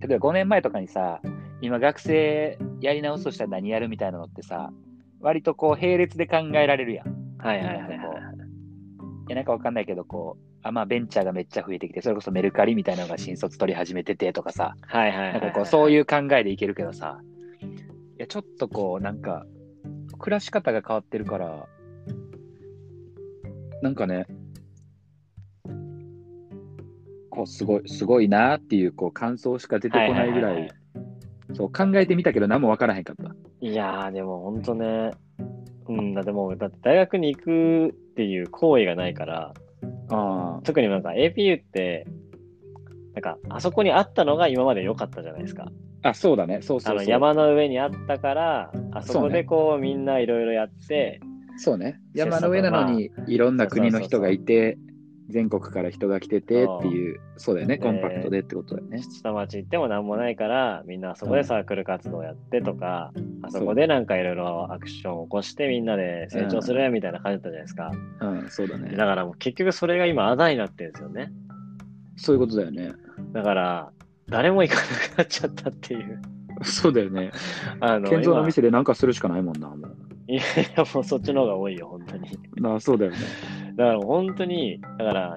Speaker 2: 例えば5年前とかにさ、今学生やり直すとしたら何やるみたいなのってさ、割とこう並列で考えられるやん。い
Speaker 1: はいはいはいはい。
Speaker 2: やなんかわかんないけど、こう、あまあベンチャーがめっちゃ増えてきて、それこそメルカリみたいなのが新卒取り始めててとかさ、
Speaker 1: はいはいは
Speaker 2: な
Speaker 1: い、
Speaker 2: ん
Speaker 1: は
Speaker 2: か
Speaker 1: い。
Speaker 2: こう、そう
Speaker 1: う。
Speaker 2: いう考えでいけるけどさ、いや、ちょっとこう、なんか、暮らし方が変わってるから、なんかね、こう、すごい、すごいなっていう、こう、感想しか出てこないぐ
Speaker 1: はい
Speaker 2: ら
Speaker 1: はいはい
Speaker 2: い、そう、考えてみたけど、何もわからへんかった。
Speaker 1: いやー、でも本当ね。うん、だってもう、だって大学に行くっていう行為がないから、
Speaker 2: あ
Speaker 1: 特になんか APU って、なんか、あそこにあったのが今まで良かったじゃないですか。
Speaker 2: あ、そうだね、そうそう
Speaker 1: あ
Speaker 2: そう。
Speaker 1: の山の上にあったから、あそこでこうみんないろいろやって、
Speaker 2: そうね、山の上なのに、いろんな国の人がいて、全国から人が来ててっていう、そうだよね、コンパクトでってことだよね。
Speaker 1: 下町行っても何もないから、みんなあそこでサークル活動やってとか、あそこでなんかいろいろアクションを起こしてみんなで成長するみたいな感じだったじゃないですか。
Speaker 2: うん、そうだね。
Speaker 1: だからもう結局それが今あだになってるんですよね。
Speaker 2: そういうことだよね。
Speaker 1: だから、誰も行かなくなっちゃったっ ていう。
Speaker 2: そうだよね。
Speaker 1: あの、
Speaker 2: 建造の
Speaker 1: 今
Speaker 2: 店でなんかするしかないもんな、も
Speaker 1: いやいや、もうそっちの方が多いよ、本当に。
Speaker 2: う。なあそうだよね。
Speaker 1: だからもう本当に、だから、ん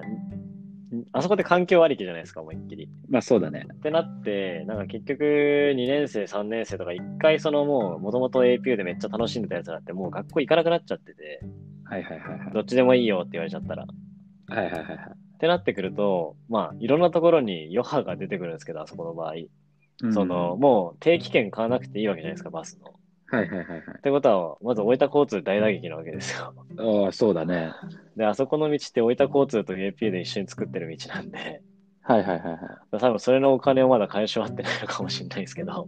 Speaker 1: あそこで環境ありきじゃないですか、思いっきり。
Speaker 2: まあそうだね。
Speaker 1: ってなって、なんか結局2年生、3年生とか一回そのもう元々 APU でめっちゃ楽しんでたやつだってもう学校行かなくなっちゃってて、
Speaker 2: はいはいはいはい。
Speaker 1: どっちでもいいよって言われちゃったら。っ
Speaker 2: はいはいはいはい。
Speaker 1: ってなってくると、まあ、いろんなところに余波が出てくるんですけど、あそこの場合。
Speaker 2: うん
Speaker 1: その、、もう定期券買わなくていいわけじゃないですか、バスの。っ
Speaker 2: はいはいはいはい。
Speaker 1: てことは、まず大分交通大打撃なわけですよ。
Speaker 2: ああ、そうだね。
Speaker 1: で、あそこの道って大分交通と APA で一緒に作ってる道なんで、
Speaker 2: はいはいはいはい。
Speaker 1: 多分それのお金をまだ返し終わってないのかもしれないですけど、
Speaker 2: は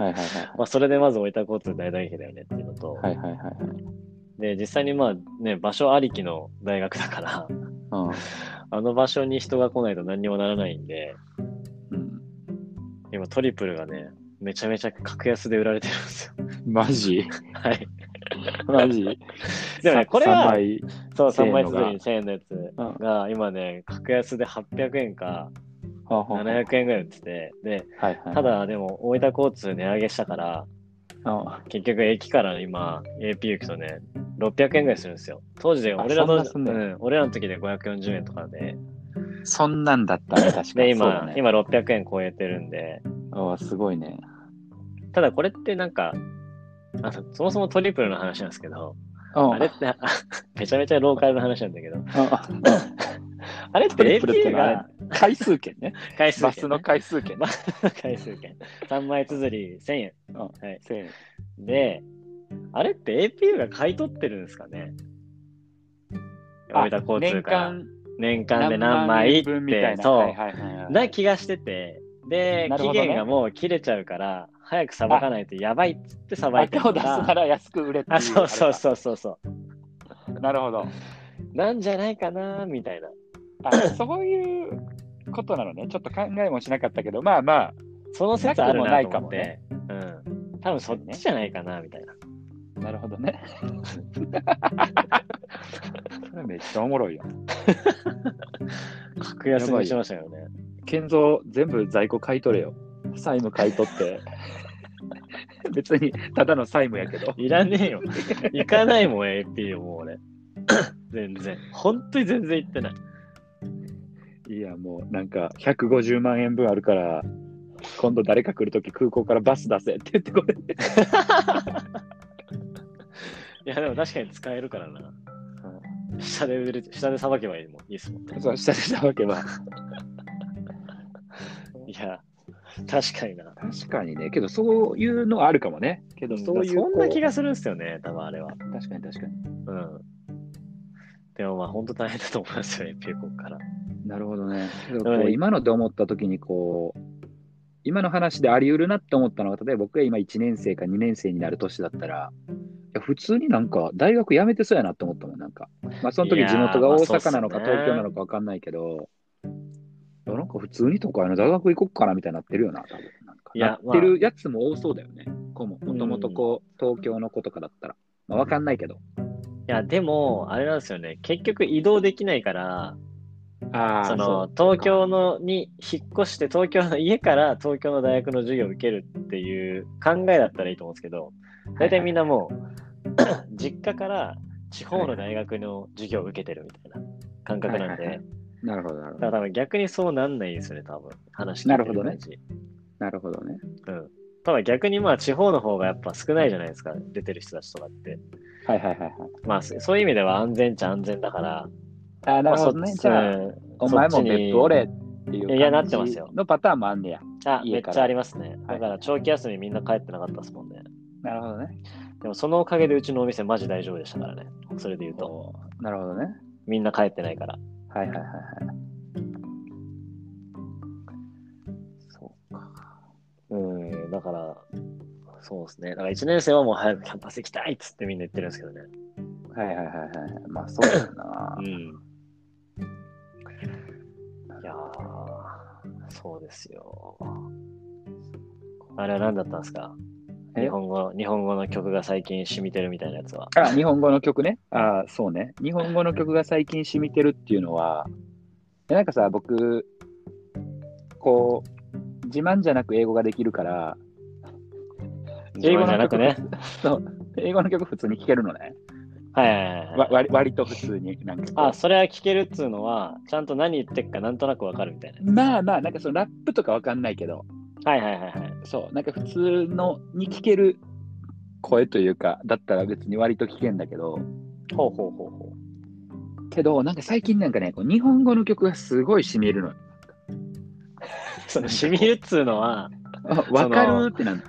Speaker 2: いはいは
Speaker 1: まあ、それでまず大分交通大打撃だよねっていうのと、
Speaker 2: い。はいはいはいはい。
Speaker 1: で、実際にまあね、場所ありきの大学だから、 あの場所に人が来ないと何にもならないんで、
Speaker 2: うん。
Speaker 1: 今トリプルがね、めちゃめちゃ格安で売られてるんですよ。
Speaker 2: マジ
Speaker 1: はい。
Speaker 2: マジ
Speaker 1: でもね
Speaker 2: さ
Speaker 1: これは
Speaker 2: 三枚
Speaker 1: そう、
Speaker 2: せー
Speaker 1: 3
Speaker 2: の
Speaker 1: 枚
Speaker 2: が
Speaker 1: つりに1000円のやつ
Speaker 2: うん
Speaker 1: が、今ね、格安で800円か
Speaker 2: はあはあ
Speaker 1: 700円ぐらい売ってて、で、
Speaker 2: はいはい。
Speaker 1: ただでも大分交通値上げしたから、
Speaker 2: あ、
Speaker 1: 結局駅から今 AP 行くとね、600円ぐらいするんですよ。当時で俺
Speaker 2: そ
Speaker 1: ら
Speaker 2: ん
Speaker 1: の、
Speaker 2: なすんだ
Speaker 1: うん俺らの時で540円とかで、
Speaker 2: そんなんだったね、確かに。
Speaker 1: で、
Speaker 2: そうだ
Speaker 1: 今、
Speaker 2: ね、
Speaker 1: 今600円超えてるんで、
Speaker 2: ああ、すごいね。
Speaker 1: ただこれってなんか、あのそもそもトリプルの話なんですけど、
Speaker 2: あ
Speaker 1: あれって、あ めちゃめちゃローカルの話なんだけど、
Speaker 2: あ
Speaker 1: あれっ
Speaker 2: トリ
Speaker 1: て
Speaker 2: プルって
Speaker 1: APA
Speaker 2: のはあれ
Speaker 1: が
Speaker 2: 回数券ね。
Speaker 1: 回数
Speaker 2: バ
Speaker 1: 券
Speaker 2: ス
Speaker 1: ね
Speaker 2: の回数券ね。
Speaker 1: 回数券。3枚綴り1000円。
Speaker 2: うん
Speaker 1: はい、
Speaker 2: せーの
Speaker 1: で、あれって APU が買い取ってるんですかね
Speaker 2: あ
Speaker 1: 大分交通から
Speaker 2: 年
Speaker 1: 年間
Speaker 2: 間
Speaker 1: で何枚っ
Speaker 2: 分みたい
Speaker 1: て、
Speaker 2: な。
Speaker 1: そ
Speaker 2: はいは
Speaker 1: う、
Speaker 2: いはいはい
Speaker 1: な気がしてて、で、
Speaker 2: なる
Speaker 1: 期
Speaker 2: ほどね
Speaker 1: 限がもう切れちゃうから、早くさばかないとやばいっつってさばいて
Speaker 2: 手を
Speaker 1: る
Speaker 2: 出
Speaker 1: か
Speaker 2: すな
Speaker 1: ら、
Speaker 2: ら安く売れってい
Speaker 1: あ、そうそう
Speaker 2: う
Speaker 1: そうそうそう、
Speaker 2: あれか。なるほど。
Speaker 1: なんじゃないかな、みたいな。
Speaker 2: あそういうことなのね。ちょっと考えもしなかったけど、まあまあ、
Speaker 1: その説あるなと思っ
Speaker 2: な
Speaker 1: て、うん。多分そっちじゃないかな、みたいな。
Speaker 2: なるほどね。それめっちゃおもろいよ。
Speaker 1: 格安にしましたよね。
Speaker 2: 建造全部在庫買い取れよ。債務買い取って。別にただの債務やけど。
Speaker 1: いらねえよ。行かないもん、AP よ、もう俺。全然。本当に全然行ってない。
Speaker 2: いやもうなんか150万円分あるから、今度誰か来るとき空港からバス出せって言ってこれ。
Speaker 1: いや、でも確かに使えるからな。下で売れて、下でさばけばいいもん。いいっすもんね。
Speaker 2: そうしたりしたわけは。
Speaker 1: いや、確かにな。
Speaker 2: 確かにね。けどそういうのはあるかもね。けどそういう。
Speaker 1: そんな気
Speaker 2: が。
Speaker 1: がするんですよね、多分あれは。
Speaker 2: 確かに確かに。
Speaker 1: うん。でもまあ、本当大変だと思いますよ、AP ここから。
Speaker 2: なるほどね。
Speaker 1: は
Speaker 2: こう
Speaker 1: い
Speaker 2: 今ので思ったときにこう、今の話であり得るなって思ったのが、例えば僕が今1年生か2年生になる年だったら、いや普通になんか大学辞めてそうやなって思ったもん、なんか。まあその時
Speaker 1: いやー
Speaker 2: 地元が大阪なのか
Speaker 1: まあそうっすね
Speaker 2: 東京なのか分かんないけど、いやなんか普通に都会の大学行こっかなみたいになってるよな、多分なんか
Speaker 1: いや
Speaker 2: なってるやつも多そうだよね。子ももともとこう、東京の子とかだったら。まあ分かんないけど。
Speaker 1: いや、でも、あれなんですよね。結局移動できないから、
Speaker 2: あ
Speaker 1: その東京のに引っ越して東京の家から東京の大学の授業を受けるっていう考えだったらいいと思うんですけど大体みんなもう 実家から地方の大学の授業を受けてるみたいな感覚なん
Speaker 2: はいはい
Speaker 1: で
Speaker 2: なるほど、なるほ
Speaker 1: だ
Speaker 2: ど。
Speaker 1: から多分逆にそうなんないですよね多分話聞いて
Speaker 2: なるほどね
Speaker 1: 感じ
Speaker 2: なるほどね。
Speaker 1: うんただ逆にまあ地方の方がやっぱ少ないじゃないですか出てる人たちとかって
Speaker 2: はいはいはいはい。
Speaker 1: まあそそういう意味では安全っちゃ安全だから
Speaker 2: あーなる
Speaker 1: まあ
Speaker 2: ほ
Speaker 1: そ
Speaker 2: どね。
Speaker 1: っ
Speaker 2: じゃあ、
Speaker 1: ち
Speaker 2: お前
Speaker 1: そ
Speaker 2: も
Speaker 1: っちに
Speaker 2: 別府俺っていう感じ
Speaker 1: いやなってますよ
Speaker 2: のパターンもあんねや。
Speaker 1: あめ
Speaker 2: 家
Speaker 1: っ
Speaker 2: から
Speaker 1: ちゃありますね
Speaker 2: はい
Speaker 1: だから長期休みみんな帰ってなかったですもんね
Speaker 2: なるほどね。
Speaker 1: でもそのおかげでうちのお店マジ大丈夫でしたからね。それで言うと。
Speaker 2: なるほどね。
Speaker 1: みんな帰ってないから。
Speaker 2: はいはいはいはい。そうか。
Speaker 1: うん、だから、そうですね。だから1年生はもう早くキャンパス行きたいっつってみんな言ってるんですけどね。
Speaker 2: はいはいはいはい。まあそうだよな
Speaker 1: う。ん。いやー、そうですよ。あれは何だったんですか
Speaker 2: え
Speaker 1: 日本語、日本語の曲が最近染みてるみたいなやつは。
Speaker 2: あ、日本語の曲ね。あーそうね。日本語の曲が最近染みてるっていうのは、でなんかさ、僕、こう、自慢じゃなく英語ができるから、
Speaker 1: 英語じゃなくね。
Speaker 2: 英語の曲普通に聴けるのね。
Speaker 1: はいはいはいは
Speaker 2: わ
Speaker 1: い。
Speaker 2: 割割と普通に。なんかこう
Speaker 1: あ、それは聞けるっつうのは、ちゃんと何言ってっかなんとなくわかるみたいなやつ。
Speaker 2: まあまあ、なんかそのラップとかわかんないけど、
Speaker 1: はいはいはいはい。
Speaker 2: そう、なんか普通のに聞ける声というか、だったら別に割と聞けんだけど、
Speaker 1: ほうほうほうほう。
Speaker 2: けど、なんか最近なんかね、こう日本語の曲がすごい染みる の。
Speaker 1: その、しみるっつうのは、
Speaker 2: あわかるってなる。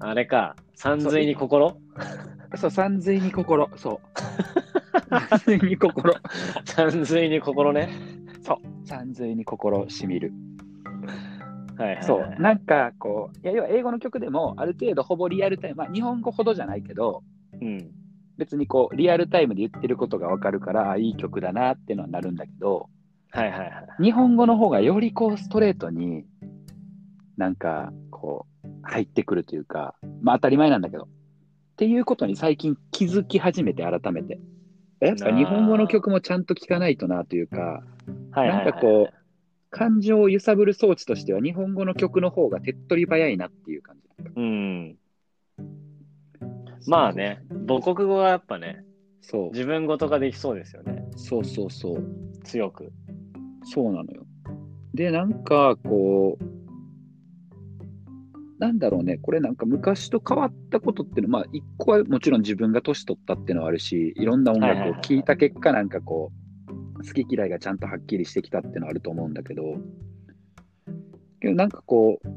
Speaker 1: あれか、さんずいに心
Speaker 2: そう、三髄に心。そう。 三髄に心。
Speaker 1: さんずいに心ね。
Speaker 2: 三髄に心しみる。
Speaker 1: はいはい、はい。
Speaker 2: そう。なんかこう、いや、要は英語の曲でも、ある程度ほぼリアルタイム、まあ日本語ほどじゃないけど、
Speaker 1: うん。
Speaker 2: 別にこう、リアルタイムで言ってることがわかるから、あいい曲だなってのはなるんだけど、
Speaker 1: はいはいはい。
Speaker 2: 日本語の方がよりこうストレートになんかこう入ってくるというかまあ当たり前なんだけどっていうことに最近気づき始めて改めてやっぱ日本語の曲もちゃんと聴かないとなというか
Speaker 1: はいはいはい、
Speaker 2: なんかこう感情を揺さぶる装置としては日本語の曲の方が手っ取り早いなっていう感じ
Speaker 1: うん。まあね、母国語はやっぱね、
Speaker 2: そう
Speaker 1: 自分語とかできそうですよね。
Speaker 2: そうそうそう
Speaker 1: 強く。
Speaker 2: そうなのよ。で、なんか、こう、なんだろうね、これなんか昔と変わったことっていうのは、まあ、一個はもちろん自分が年取ったっていうのはあるし、いろんな音楽を聴いた結果、なんかこう、好き嫌いがちゃんとはっきりしてきたっていうのはあると思うんだけど、けどなんかこう、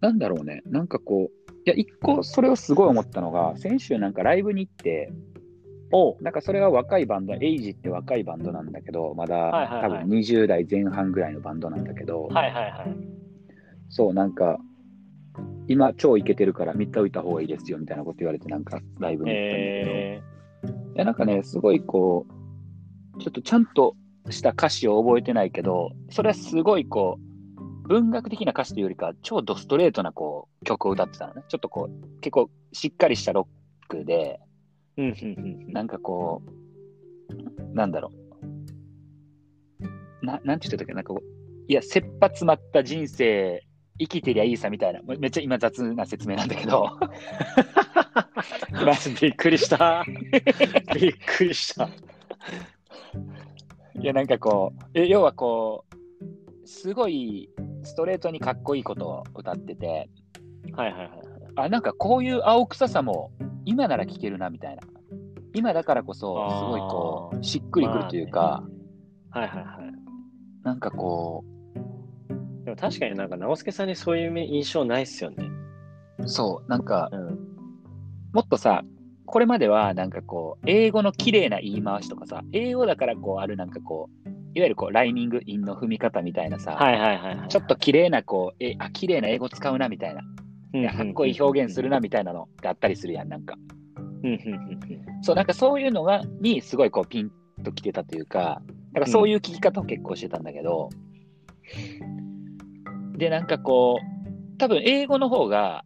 Speaker 2: なんだろうね、なんかこう、いや、一個それをすごい思ったのが、先週なんかライブに行って、
Speaker 1: お
Speaker 2: なんかそれは若いバンド、エイジって若いバンドなんだけど、ま
Speaker 1: はい
Speaker 2: だ
Speaker 1: はいは
Speaker 2: 多
Speaker 1: い
Speaker 2: 分20代前半ぐらいのバンドなんだけど、
Speaker 1: はいはいはい。
Speaker 2: そう、なんか、今超イケてるから3日浮いた方がいいですよみたいなこと言われて、なんかライブに行ったんだけど、
Speaker 1: え
Speaker 2: いやなんかね、すごいこう、ちょっとちゃんとした歌詞を覚えてないけど、それはすごいこう、文学的な歌詞というよりか、超ドストレートなこう曲を歌ってたのね。ちょっとこう、結構しっかりしたロックで、
Speaker 1: ー、うんうんうん。
Speaker 2: なんかこう、なんだろう。ななんて言ってたっけなんかこう、いや、切羽詰まった人生、生きてりゃいいさみたいな、めめっちゃ今雑な説明なんだけど、
Speaker 1: まずびっくりした。 びっくりした。
Speaker 2: いや、なんかこう、え要はこう、すごいストレートにかっこいいことを歌ってて、
Speaker 1: はいはいはい。
Speaker 2: あ、なんかこういう青臭さも今なら聞けるなみたいな。今だからこそ、すごいこう、しっくりくるというか、
Speaker 1: はいはいはい。
Speaker 2: なんかこ
Speaker 1: でも確かになんか直輔さんにそういう印象ないっすよね。
Speaker 2: う、そう、なんか、
Speaker 1: うん。
Speaker 2: もっとさ、これまではなんかこう、英語の綺麗な言い回しとかさ、英語だからこう、あるなんかこう、いわゆるこう、ライミング、インの踏み方みたいなさ、
Speaker 1: はいはいはいはい。
Speaker 2: ちょっと綺麗なこう、え、あ、綺麗な英語使うなみたいな、
Speaker 1: うんうんうん
Speaker 2: かっこいい表現するなみたいなのがあったりするやん、なんか。
Speaker 1: うんうんうん
Speaker 2: そう、なんかそういうのが、にすごいこう、ピンときてたというか、なんかそういう聞き方を結構してたんだけど、で、なんかこう、多分英語の方が、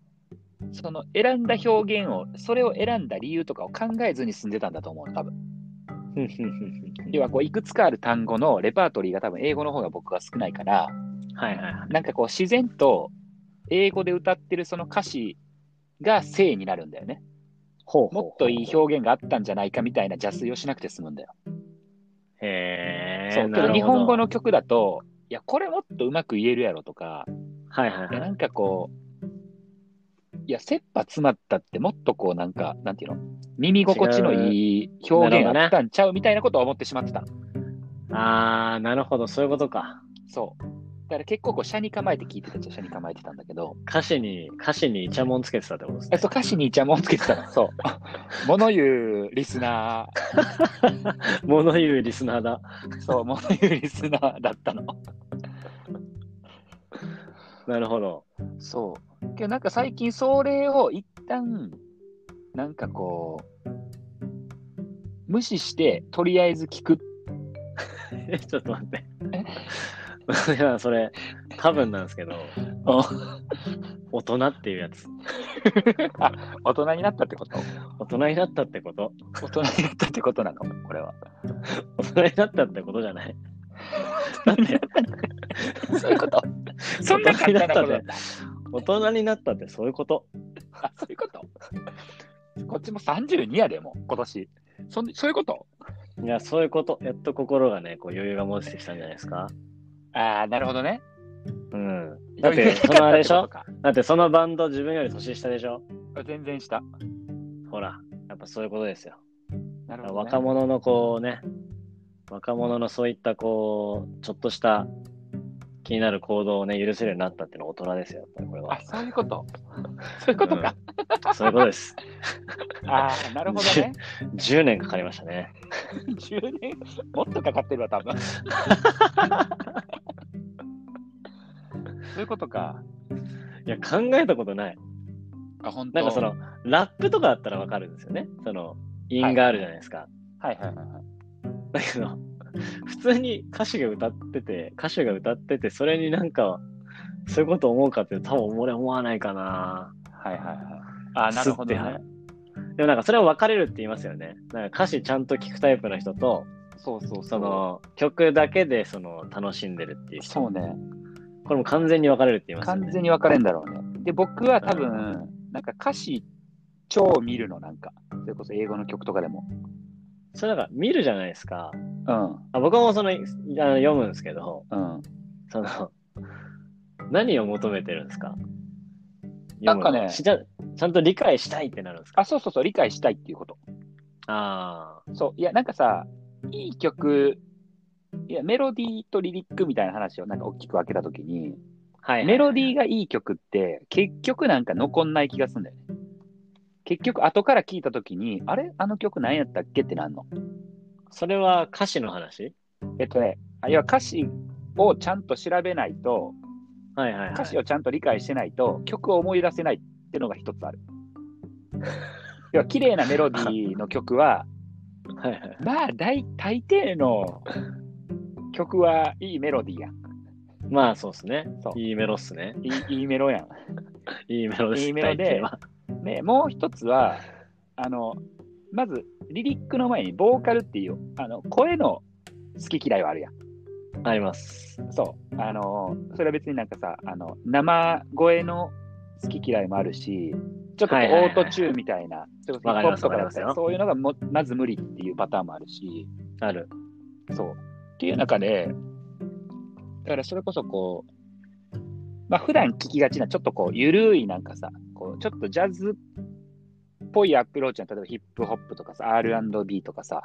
Speaker 2: その選んだ表現を、それを選んだ理由とかを考えずに進んでたんだと思うの、多分
Speaker 1: うんうんうんうん
Speaker 2: 要はこういくつかある単語のレパートリーが多分英語の方が僕が少ないから
Speaker 1: はいはいはい。
Speaker 2: なんかこう自然と英語で歌ってるその歌詞が正になるんだよね
Speaker 1: ほう
Speaker 2: もっといい表現があったんじゃないかみたいな邪推をしなくて済むんだよ、
Speaker 1: 現。へ
Speaker 2: そう
Speaker 1: ー。
Speaker 2: けど日本語
Speaker 1: の。
Speaker 2: の曲だといやこれもっとうまく言えるやろとか
Speaker 1: はいはい
Speaker 2: いや
Speaker 1: は。
Speaker 2: ないんかこういや切羽詰まったってもっとこうなんかなんていうの耳心地のいい表現あったんちゃうみたいなことを思ってしまってたの
Speaker 1: あー、なるほど、そういうことか。
Speaker 2: そうだから結構こう車に構えて聞いてたっちゃ車に構えてたんだけど
Speaker 1: 歌詞に、歌詞にイチャモンつけてたってことです
Speaker 2: え
Speaker 1: ね。
Speaker 2: そう歌詞にイチャモンつけてたの。そう。 物言うリスナ
Speaker 1: 物言うリスナーだ。
Speaker 2: ー、そう、物言うリスナーだったの。
Speaker 1: なるほど。
Speaker 2: そう。けどなんか最近それを一旦、なんかこう、無視して、とりあえず聞く。
Speaker 1: え、ちょっと待って。いや、それ、多分なんです けど、大人っていうやつ。
Speaker 2: 大人になったってこと
Speaker 1: 大人になったってこと
Speaker 2: 大人になったってことなのこれは。
Speaker 1: 大人になったってことじ ゃないだって、
Speaker 2: そういうことそんな簡単なことだった。
Speaker 1: 大人になったってそういうこと。
Speaker 2: あ、そういうことこっちも32やで、もう、今年。そんそういうこと
Speaker 1: いや、そういうこと。やっと心がね、こう余裕が戻ってきたんじゃないですか。
Speaker 2: ああ、なるほどね。
Speaker 1: うん。だって、そのあれでしょだって、そのバンド自分より年下でしょ
Speaker 2: あ全然した。
Speaker 1: ほら、やっぱそういうことですよ。
Speaker 2: なるほど、ね。
Speaker 1: 若者のこうね、若者のそういったこう、ちょっとした気になる行動をね、許せるようになったっていうのは大人ですよ、やっぱり これは
Speaker 2: あ、。そういうこと。そういうことか。
Speaker 1: うんそういうことです。
Speaker 2: ああ、なるほどね。
Speaker 1: 10年かかりましたね。
Speaker 2: 10年もっとかかってるわ、多 分そういうことか。
Speaker 1: いや、考えたことない。
Speaker 2: あ、本当
Speaker 1: なんかその、ラップとかだったらわかるんですよね。その、韻があるじゃないですか。
Speaker 2: はいはいはいはい。
Speaker 1: だけど、普通に歌手が歌ってて、歌手が歌ってて、それになんか、そういうこと思うかって、多分俺は思わないかな。
Speaker 2: はいはいはい。あ、なるほど
Speaker 1: すって
Speaker 2: ね。
Speaker 1: でもなんかそれは分かれるって言いますよね。なんか歌詞ちゃんと聞くタイプの人と、
Speaker 2: そうそうそう。
Speaker 1: その曲だけでその楽しんでるっていう人。
Speaker 2: そうね。
Speaker 1: これも完全に分かれるって言いますよね。
Speaker 2: 完全に分かれんだろうね。で、僕は多分、なんか歌詞超見るの、なんか。それこそ英語の曲とかでも。
Speaker 1: それなんか見るじゃないですか。
Speaker 2: うん、
Speaker 1: あ僕もその、あの読むんですけど、
Speaker 2: うん。
Speaker 1: その、何を求めてるんですか
Speaker 2: なんかね
Speaker 1: 読むのしちゃちゃんと理解したいってなるんですか
Speaker 2: あ、そうそうそう、理解したいっていうこと。
Speaker 1: ああ。
Speaker 2: そう、いや、なんかさ、いい曲、いや、メロディーとリリックみたいな話をなんか大きく分けたときに、
Speaker 1: はい、
Speaker 2: メロディー
Speaker 1: ー
Speaker 2: がいい曲って、結局なんか残んない気がするんだよね。結局、後から聞いたときに、あれあの曲何やったっけってなんの。
Speaker 1: それは歌詞の話
Speaker 2: えっとね、あ要は歌詞をちゃんと調べないと、
Speaker 1: はいはいはい。
Speaker 2: 歌詞をちゃんと理解してないと、曲を思い出せないっていうのが一 つある。要は、綺麗なメロディーの曲は、
Speaker 1: はいはい、
Speaker 2: まあ、大大抵の曲はいいメロディーやん。
Speaker 1: まあそうですね
Speaker 2: そう
Speaker 1: いいメロっすね。
Speaker 2: いいいいメロや
Speaker 1: いいメロです。
Speaker 2: いいメロで
Speaker 1: 大抵は
Speaker 2: ん。ね、もう一つは、あの、まず、リリックの前に、ボーカルっていう、あの、声の好き嫌いはあるやん。
Speaker 1: あります。
Speaker 2: そう。あの、それは別になんかさ、あの、生声の好き嫌いもあるし、ちょっとこうオ
Speaker 1: はいはいはい
Speaker 2: ートチューンみたいな、ちょっとヒ
Speaker 1: わか
Speaker 2: ップホッ
Speaker 1: りま
Speaker 2: プ
Speaker 1: す
Speaker 2: とかだった
Speaker 1: わ
Speaker 2: ら、
Speaker 1: か
Speaker 2: そういうのがもまず無理っていうパターンもあるし、
Speaker 1: ある。
Speaker 2: そう。っていう中で、だからそれこそこう、まあ普段聞きがちな、ちょっとこう、ゆるいなんかさ、こう、ちょっとジャズっぽいアプローチの、例えばヒップホップとかさ、R&B とかさ、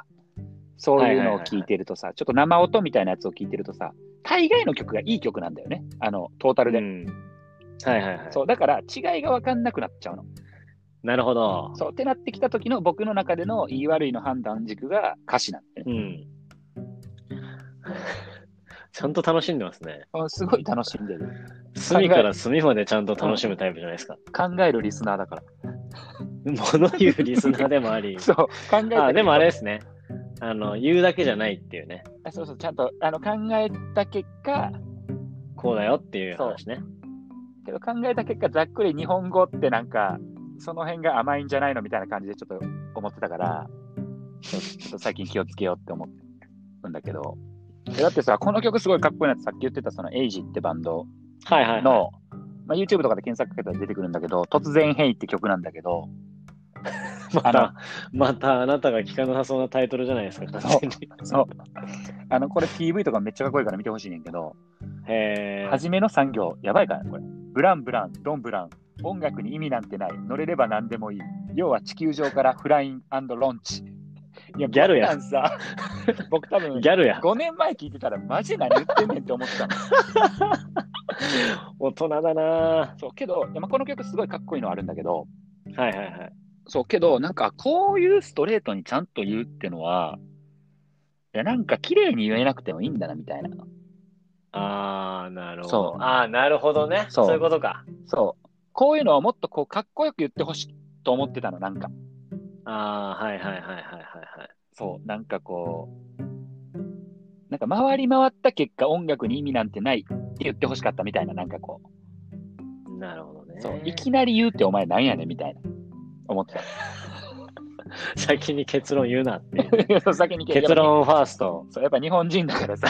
Speaker 2: そういうのを聞いてるとさ、ちょっと生音みたいなやつを聞いてるとさ、大概の曲がいい曲なんだよね、あの、トータルで。
Speaker 1: ん。はいはいはい。
Speaker 2: そう、だから違いが分かんなくなっちゃうの。
Speaker 1: なるほど。
Speaker 2: そう、ってなってきた時の僕の中での言い悪いの判断軸が歌詞なんだよね。
Speaker 1: うん。 ちゃんと楽しんでますね。
Speaker 2: あすごい楽しんでる。
Speaker 1: 隅から隅までちゃんと楽しむタイプじゃな いですか。
Speaker 2: 考えるリスナーだから。
Speaker 1: 物言うリスナーでもあ り。
Speaker 2: そう、考えて
Speaker 1: あでもあれ
Speaker 2: れ
Speaker 1: ですね。あの、言うだけじゃないっていうね。
Speaker 2: そうそう、ちゃんとあの考えた結果、
Speaker 1: こうだよっていう話ね。
Speaker 2: けど考えた結果、ざっくり日本語ってなんか、その辺が甘いんじゃないのみたいな感じでちょっと思ってたから、ちょちょっと最近気をつけようって思うんだけど、えだってさ、この曲すごいかっこいいなってさっき言ってた、そのエイジってバンド
Speaker 1: はいはい、はい。
Speaker 2: の、まあ、YouTube とかで検索かけたら出てくるんだけど、突然変異って曲なんだけど、
Speaker 1: ま
Speaker 2: あの
Speaker 1: た、またあなたが聞かなさそうなタイトルじゃないですか、
Speaker 2: そう
Speaker 1: 完全に。
Speaker 2: そう、あの、これ PV とかめっちゃかっこいいから見てほしいねんけど、
Speaker 1: へ
Speaker 2: はじめの産業、やばいからね、これ。ブランブラン、ドンブラン、音楽に意味なんてない、乗れれば何でもいい。要は地球上からフラインロンチ。いや
Speaker 1: ギャルや
Speaker 2: こんなんさ、 僕多分
Speaker 1: ギ、ャルや。
Speaker 2: 5年前聞いてたら、マジ何言ってんねんって思ってたの。
Speaker 1: 大人だなは
Speaker 2: そう、けど、いやまあこの曲すごいかっこいいのはあるんだけど、
Speaker 1: いはいはい。
Speaker 2: そう、けど、なんか、こういうストレートにちゃんと言うってのは、いや、なんか、綺麗に言えなくてもいいんだな、みたいな。
Speaker 1: あー、なるほど。
Speaker 2: そう
Speaker 1: あー、なるほどね。
Speaker 2: そ
Speaker 1: そうういうことか。
Speaker 2: そう。こういうのはもっとこう、かっこよく言ってほしいと思ってたの、なんか。
Speaker 1: あー、はいはいはいはいはいはい。
Speaker 2: そう、なんかこう、なんか回り回った結果、音楽に意味なんてないって言ってほしかったみたいな、なんかこう、
Speaker 1: なるほどね。
Speaker 2: そういきなり言うってお前なんやねんみたいな、思って
Speaker 1: 先に結論言うな ってい
Speaker 2: た。
Speaker 1: う。
Speaker 2: そう先に聞いて
Speaker 1: 結。論ファースト。
Speaker 2: そう、やっぱ日本人だからさ、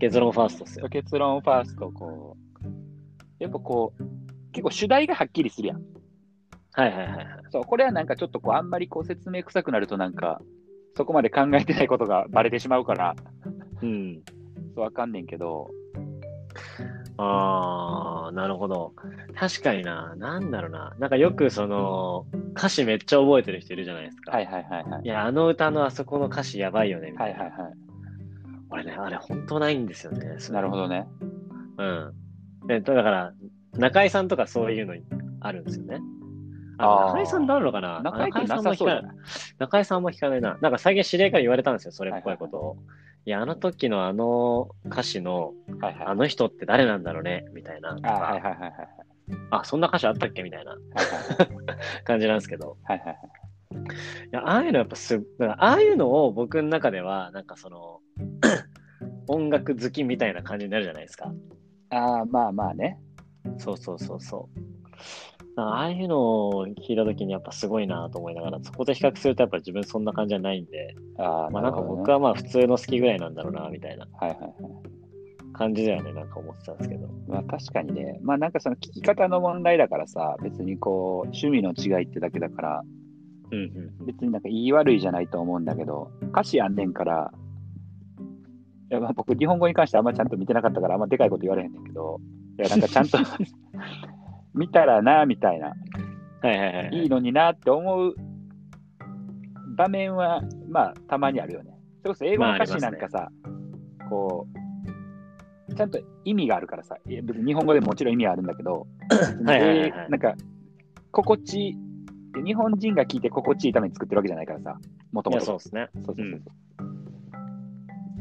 Speaker 1: 結論ファーストっすよ。
Speaker 2: 結論ファースト、こう、やっぱこう、結構主題がはっきりするやん。
Speaker 1: はいはいはいはい。
Speaker 2: そう、これはなんかちょっとこう、あんまりこう説明臭くなるとなんか、そこまで考えてないことがバレてしまうから、
Speaker 1: うん。
Speaker 2: そうわかんねんけど、
Speaker 1: ああ、なるほど。確かにな、なんだろうな。なんかよくその、歌詞めっちゃ覚えてる人いるじゃないですか。
Speaker 2: はいはいはいはい。
Speaker 1: いや、あの歌のあそこの歌詞やばいよね、みた
Speaker 2: はいい
Speaker 1: な。
Speaker 2: はいはい。
Speaker 1: 俺ね、あれ本当ないんですよね。
Speaker 2: なるほ
Speaker 1: ど。
Speaker 2: どね。
Speaker 1: うん。でだから、中井さんとかそういうのあるんですよね。あ
Speaker 2: あー
Speaker 1: 中井さんなるのかな
Speaker 2: 仲良くな
Speaker 1: 中
Speaker 2: さ
Speaker 1: 井さ
Speaker 2: そ
Speaker 1: ん
Speaker 2: う
Speaker 1: も
Speaker 2: じゃ
Speaker 1: 聞かな
Speaker 2: ない
Speaker 1: い中井さんも聞かないな。なんか最近知り合いから言われたんですよ、それっぽいことを。いや、あの時のあの歌詞の、
Speaker 2: はいはい。
Speaker 1: あの人って誰なんだろうねみたいな。と
Speaker 2: あ
Speaker 1: か
Speaker 2: はいはいはいはい。
Speaker 1: あ、そんな歌詞あったっけみたいな
Speaker 2: はい
Speaker 1: 感じなんですけど。
Speaker 2: はいはい。
Speaker 1: いや、ああいうのやっぱす、だからああいうのを僕の中では、なんかその、 音楽好きみたいな感じになるじゃないですか。
Speaker 2: ああ、まあまあね。
Speaker 1: そうそうそうそう。ああいうのを聞いたときにやっぱすごいなと思いながら、そこで比較するとやっぱ自分そんな感じじゃないんで、
Speaker 2: ああ、
Speaker 1: まあ
Speaker 2: な
Speaker 1: なん
Speaker 2: る
Speaker 1: か
Speaker 2: ほど、ね。
Speaker 1: 僕はまあ普通の好きぐらいなんだろうなみたいな
Speaker 2: はいはいはい。
Speaker 1: 感じだよね、なんか思ってたんですけど。
Speaker 2: まあ確かにね。まあなんかその聞き方の問題だからさ、別にこう、趣味の違いってだけだから、
Speaker 1: うん
Speaker 2: 別になんか言い悪いじゃないと思うんだけど、歌詞あんねんから、いやまあ僕、日本語に関してあんまちゃんと見てなかったから、あんまでかいこと言われへんねんけど、いやなんかちゃんと 見たらな、みたいな、
Speaker 1: うん。はいはいはい。
Speaker 2: いいのになって思う場面は、まあたまにあるよね。それこそ英語の歌詞なんかさ、こう、ちゃんと意味があるからさ、いや別に日本語でももちろん意味はあるんだけど、
Speaker 1: はいはいはい
Speaker 2: えーなんか、心地いい、日本人が聞いて心地いいために作ってるわけじゃないからさ、もと
Speaker 1: い
Speaker 2: も
Speaker 1: や、
Speaker 2: と
Speaker 1: そう。ですね。
Speaker 2: そうそうそう。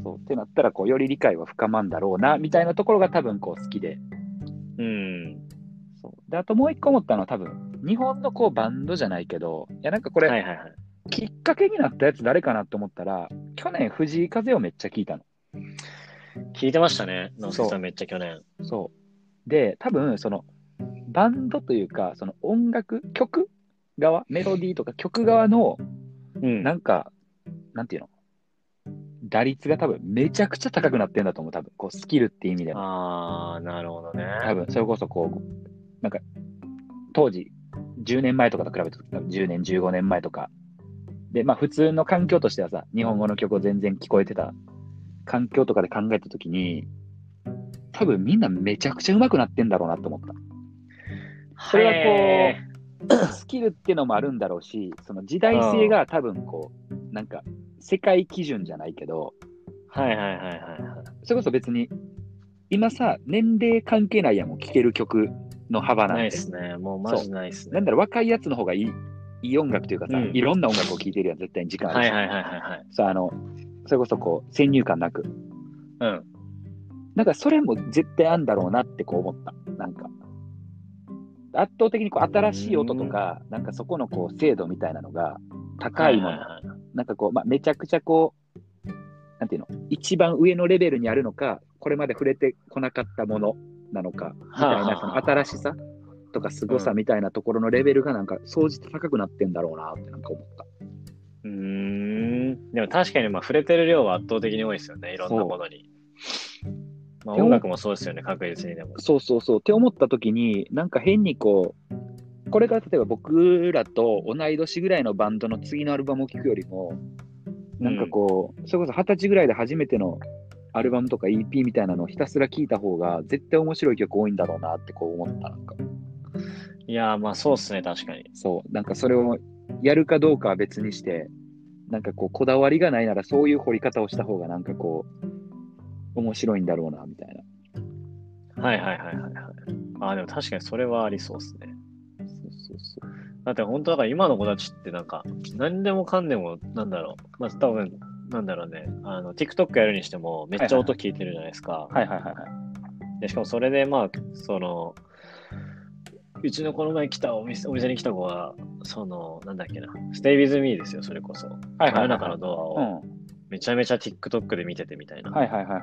Speaker 2: そうってなったらこう、より理解は深まんだろうなみたいなところが多分こう好きで。
Speaker 1: うん。
Speaker 2: そうであともう一個思ったのは多分日本のこうバンドじゃないけどいやなんかこ
Speaker 1: は
Speaker 2: れ、
Speaker 1: いはいはい。
Speaker 2: きっかけになったやつ誰かなって思ったら去年藤井風をめっちゃ聞いたの。
Speaker 1: 聞いてましたね、直輔さんめっちゃ去年。
Speaker 2: そうで多分そのバンドというかその音楽曲側メロディーとか曲側の
Speaker 1: うん
Speaker 2: なんか、なんていうの打率が多分めちゃくちゃ高くなってんだと思う、多分こうスキルっていう意味でも。
Speaker 1: ああ、なるほどね。
Speaker 2: 多分それこそこう、なんか、当時、10年前とかと比べて、多分10年、15年前とか。で、まあ普通の環境としてはさ、日本語の曲を全然聞こえてた環境とかで考えたときに、多分みんなめちゃくちゃ上手くなってんだろうなと思った。 それはこう
Speaker 1: へ
Speaker 2: スキルっていうのもあるんだろうし、その時代性が多分こう、なんか、世界基準じゃないけど、
Speaker 1: ーはいはいはいはいはい。
Speaker 2: それこそ別に、今さ、年齢関係ないやんもう聴ける曲の幅なん
Speaker 1: ない
Speaker 2: て。
Speaker 1: っすね。もうマジないっすね。
Speaker 2: なんだろう、若いやつの方がいいいい音楽というかさ、
Speaker 1: うん
Speaker 2: いろんな音楽を聴いてるやん、絶対に時間ある
Speaker 1: は
Speaker 2: し。
Speaker 1: いはいはいはいはい。
Speaker 2: そうあの、それこそこう、先入観なく。
Speaker 1: うん。
Speaker 2: なんかそれも絶対あんだろうなってこう思った。なんか。圧倒的にこう新しい音とか、なんかそこのこう精度みたいなのが高いもの、
Speaker 1: はいはいはい
Speaker 2: なんかこう、まあ、めちゃくちゃこう、なんていうの、一番上のレベルにあるのか、これまで触れてこなかったものなのか、みたい
Speaker 1: はあはあ
Speaker 2: な、その新しさとか凄さみたいなところのレベルが、なんか、総じて高くなってんだろうなって、なんか思った。
Speaker 1: うーん。でも確かにまあ触れてる量は圧倒的に多いですよね。いろんなものに。まあ
Speaker 2: でも
Speaker 1: 音楽もそうですよね、確実にでも。
Speaker 2: そうそうそう。って思った時に、なんか変にこう、これから例えば僕らと同い年ぐらいのバンドの次のアルバムを聴くよりも、なんかこう、それこそ二十歳ぐらいで初めてのアルバムとか EP みたいなのをひたすら聴いた方が、絶対面白い曲多いんだろうなってこう思った。なんか
Speaker 1: いやーまあそうっすね、確かに。
Speaker 2: そう、なんかそれをやるかどうかは別にして、なんかこう、こだわりがないなら、そういう掘り方をした方が、なんかこう、面白いんだろうな、みたいな。
Speaker 1: はいはいはいはいはい。ああ、でも確かにそれはありそうっすね。
Speaker 2: そうそうそう。
Speaker 1: だって本当だから今の子たちってなんか何でもかんでもなんだろうまあ多分なんだろうねあの TikTok やるにしてもめっちゃ音聞いてるじゃないですか、
Speaker 2: はいはいはいはい。
Speaker 1: でしかもそれでまあそのうちのこの前来たお店お店に来た子はそのなんだっけなステイビズミーですよそれこそ
Speaker 2: は
Speaker 1: 真
Speaker 2: いはい
Speaker 1: 夜
Speaker 2: はい
Speaker 1: 中
Speaker 2: は
Speaker 1: の
Speaker 2: い。
Speaker 1: ドア
Speaker 2: う
Speaker 1: を
Speaker 2: ん。
Speaker 1: めちゃめちゃ TikTok で見ててみたいな、
Speaker 2: はいはいはいはい。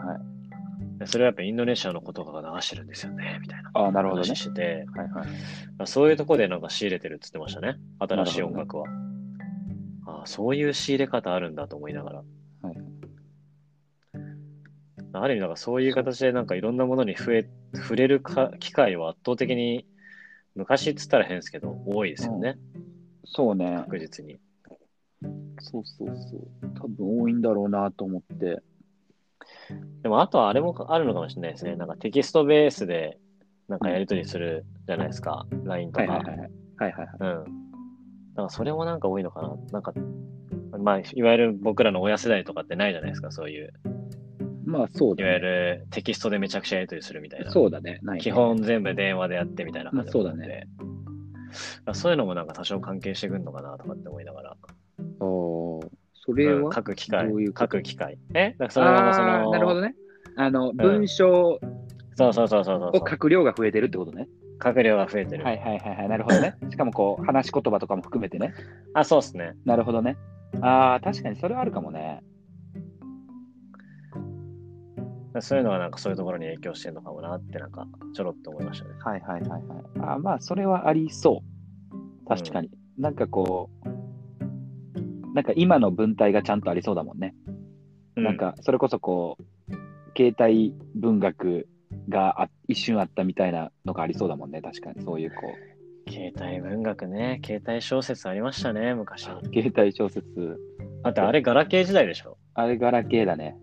Speaker 1: でそれはやっぱインドネシアの子とかが流してるんですよねみたいな
Speaker 2: ああ、なるほどね
Speaker 1: 話。してて、
Speaker 2: はいはい。
Speaker 1: まあそういうとこでなんか仕入れてるって言ってましたね。新しい音楽は。ああ、そういう仕入れ方あるんだと思いながら。
Speaker 2: はい
Speaker 1: ある意味、なんかそういう形でなんかいろんなものに増え触れるか機会は圧倒的に昔っつったら変ですけど、多いですよね。
Speaker 2: そうね。
Speaker 1: 確実に。
Speaker 2: そうそうそう。多分多いんだろうなと思って。
Speaker 1: でも、あとはあれもあるのかもしれないですね。なんかテキストベースで、なんかやりとりするじゃないですか。LINE と
Speaker 2: はい
Speaker 1: か。
Speaker 2: はいはいはい。はいはいはい。
Speaker 1: うん。なんかそれもなんか多いのかな。なんか、まあ、いわゆる僕らの親世代とかってないじゃないですか、そういう。
Speaker 2: まあそう
Speaker 1: い
Speaker 2: だ
Speaker 1: わゆ
Speaker 2: ね。
Speaker 1: るテキストでめちゃくちゃやりとりするみたいな。
Speaker 2: そうだね。ないね
Speaker 1: 基。本全部電話でやってみたいな感じ
Speaker 2: まあそうだね
Speaker 1: と思うんで。だからそういうのもなんか多少関係してくるのかなとかって思いながら。
Speaker 2: おーそれ
Speaker 1: うん
Speaker 2: は、
Speaker 1: 各機会
Speaker 2: どういう、こと
Speaker 1: 各機会。えなんかそのままそ
Speaker 2: ああ
Speaker 1: の、
Speaker 2: ー、なるほどね。あの、文章を
Speaker 1: そうそうそうそうそう
Speaker 2: 書く量が増えてるってことね。
Speaker 1: 閣僚が増えてる。
Speaker 2: はいはいはいはい。なるほどね。しかもこう、話し言葉とかも含めてね。
Speaker 1: あ、そうですね。
Speaker 2: なるほどね。ああ、確かにそれはあるかもね。
Speaker 1: そういうのはなんかそういうところに影響してるのかもなってなんかちょろっと思いましたね。
Speaker 2: はいはいはいはい。あーまあ、それはありそう。確かに。なんかこう、なんか今の文体がちゃんとありそうだもんね。
Speaker 1: う
Speaker 2: なん、か、それこそこう、携帯文学があ一瞬あったみたいなのがありそうだもんね。確かに。そういうこう、
Speaker 1: 携帯文学ね、携帯小説ありましたね、昔。
Speaker 2: 携帯小説。
Speaker 1: だってあれ、ガラケー時代でしょ
Speaker 2: あれガラケーだね。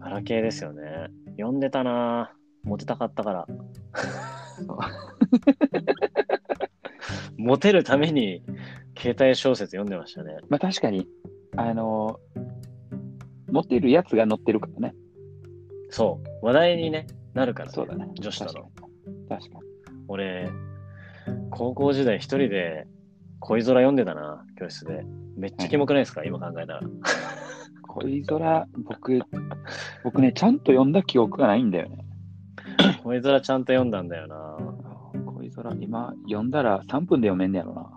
Speaker 1: ガラケーですよね。読んでたなぁ。モテたかったから。モテるために携帯小説読んでましたね。
Speaker 2: まあ確かに、あのー持ってるやつが乗ってるからね。
Speaker 1: そう。話題に、ね、なるから、
Speaker 2: そうだね。
Speaker 1: 女子との。
Speaker 2: 確かに。
Speaker 1: 俺、高校時代一人で恋空読んでたな、教室で。めっちゃキモくないですか、今考え たら。
Speaker 2: 恋空、僕、僕ね、ちゃんと読んだ記憶がないんだよね。
Speaker 1: 恋空ちゃんと読んだんだよな。
Speaker 2: 恋空、今、読んだら3分で読めんねやろな。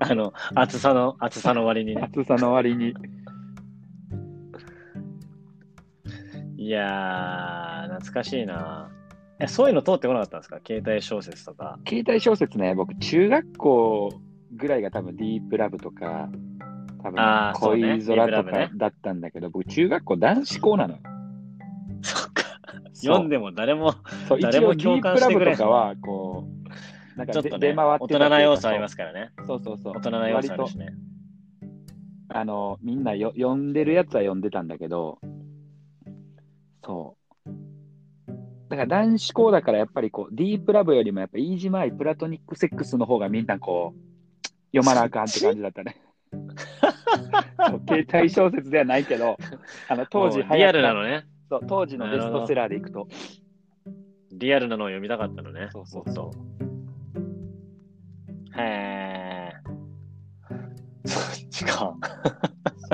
Speaker 1: あの、厚さの、厚さの割にね。
Speaker 2: 暑さの割に。
Speaker 1: いやー、懐かしいな。え、そういうの通ってこなかったんですか携帯小説とか。
Speaker 2: 携帯小説ね、僕、中学校ぐらいが多分、ディープラブとか、多
Speaker 1: あーそう
Speaker 2: 分、
Speaker 1: ね
Speaker 2: 恋空と
Speaker 1: ディープラ
Speaker 2: か
Speaker 1: ブね
Speaker 2: だったんだけど、僕、中学校男子校なのよ。
Speaker 1: そっか。 読んでも誰も、
Speaker 2: そう、一
Speaker 1: 誰も
Speaker 2: 応、ディ
Speaker 1: 共
Speaker 2: ー
Speaker 1: 感
Speaker 2: プ
Speaker 1: し
Speaker 2: ラ
Speaker 1: てく
Speaker 2: ブ
Speaker 1: れ
Speaker 2: とかは、こう、なんか
Speaker 1: ちょっ
Speaker 2: で
Speaker 1: と
Speaker 2: 出
Speaker 1: ね、
Speaker 2: 回っ
Speaker 1: 大
Speaker 2: て。
Speaker 1: 人な要素ありますすからね。
Speaker 2: そうそうそう。
Speaker 1: 大人な要素あるしね。
Speaker 2: あの、みんなよ読んでるやつは読んでたんだけど、そう。だから男子校だからやっぱりこう、ディープラブよりもやっぱイージマイプラトニックセックスの方がみんなこう、読まなあかんって感じだったね。 そう携帯小説ではないけど、あの当時流行っ
Speaker 1: も
Speaker 2: た
Speaker 1: うリアルなのね。
Speaker 2: そう当時のベストセラーでいくと、
Speaker 1: リアルなのを読みたかったのね。。
Speaker 2: そうそうそう
Speaker 1: へー。そっちか。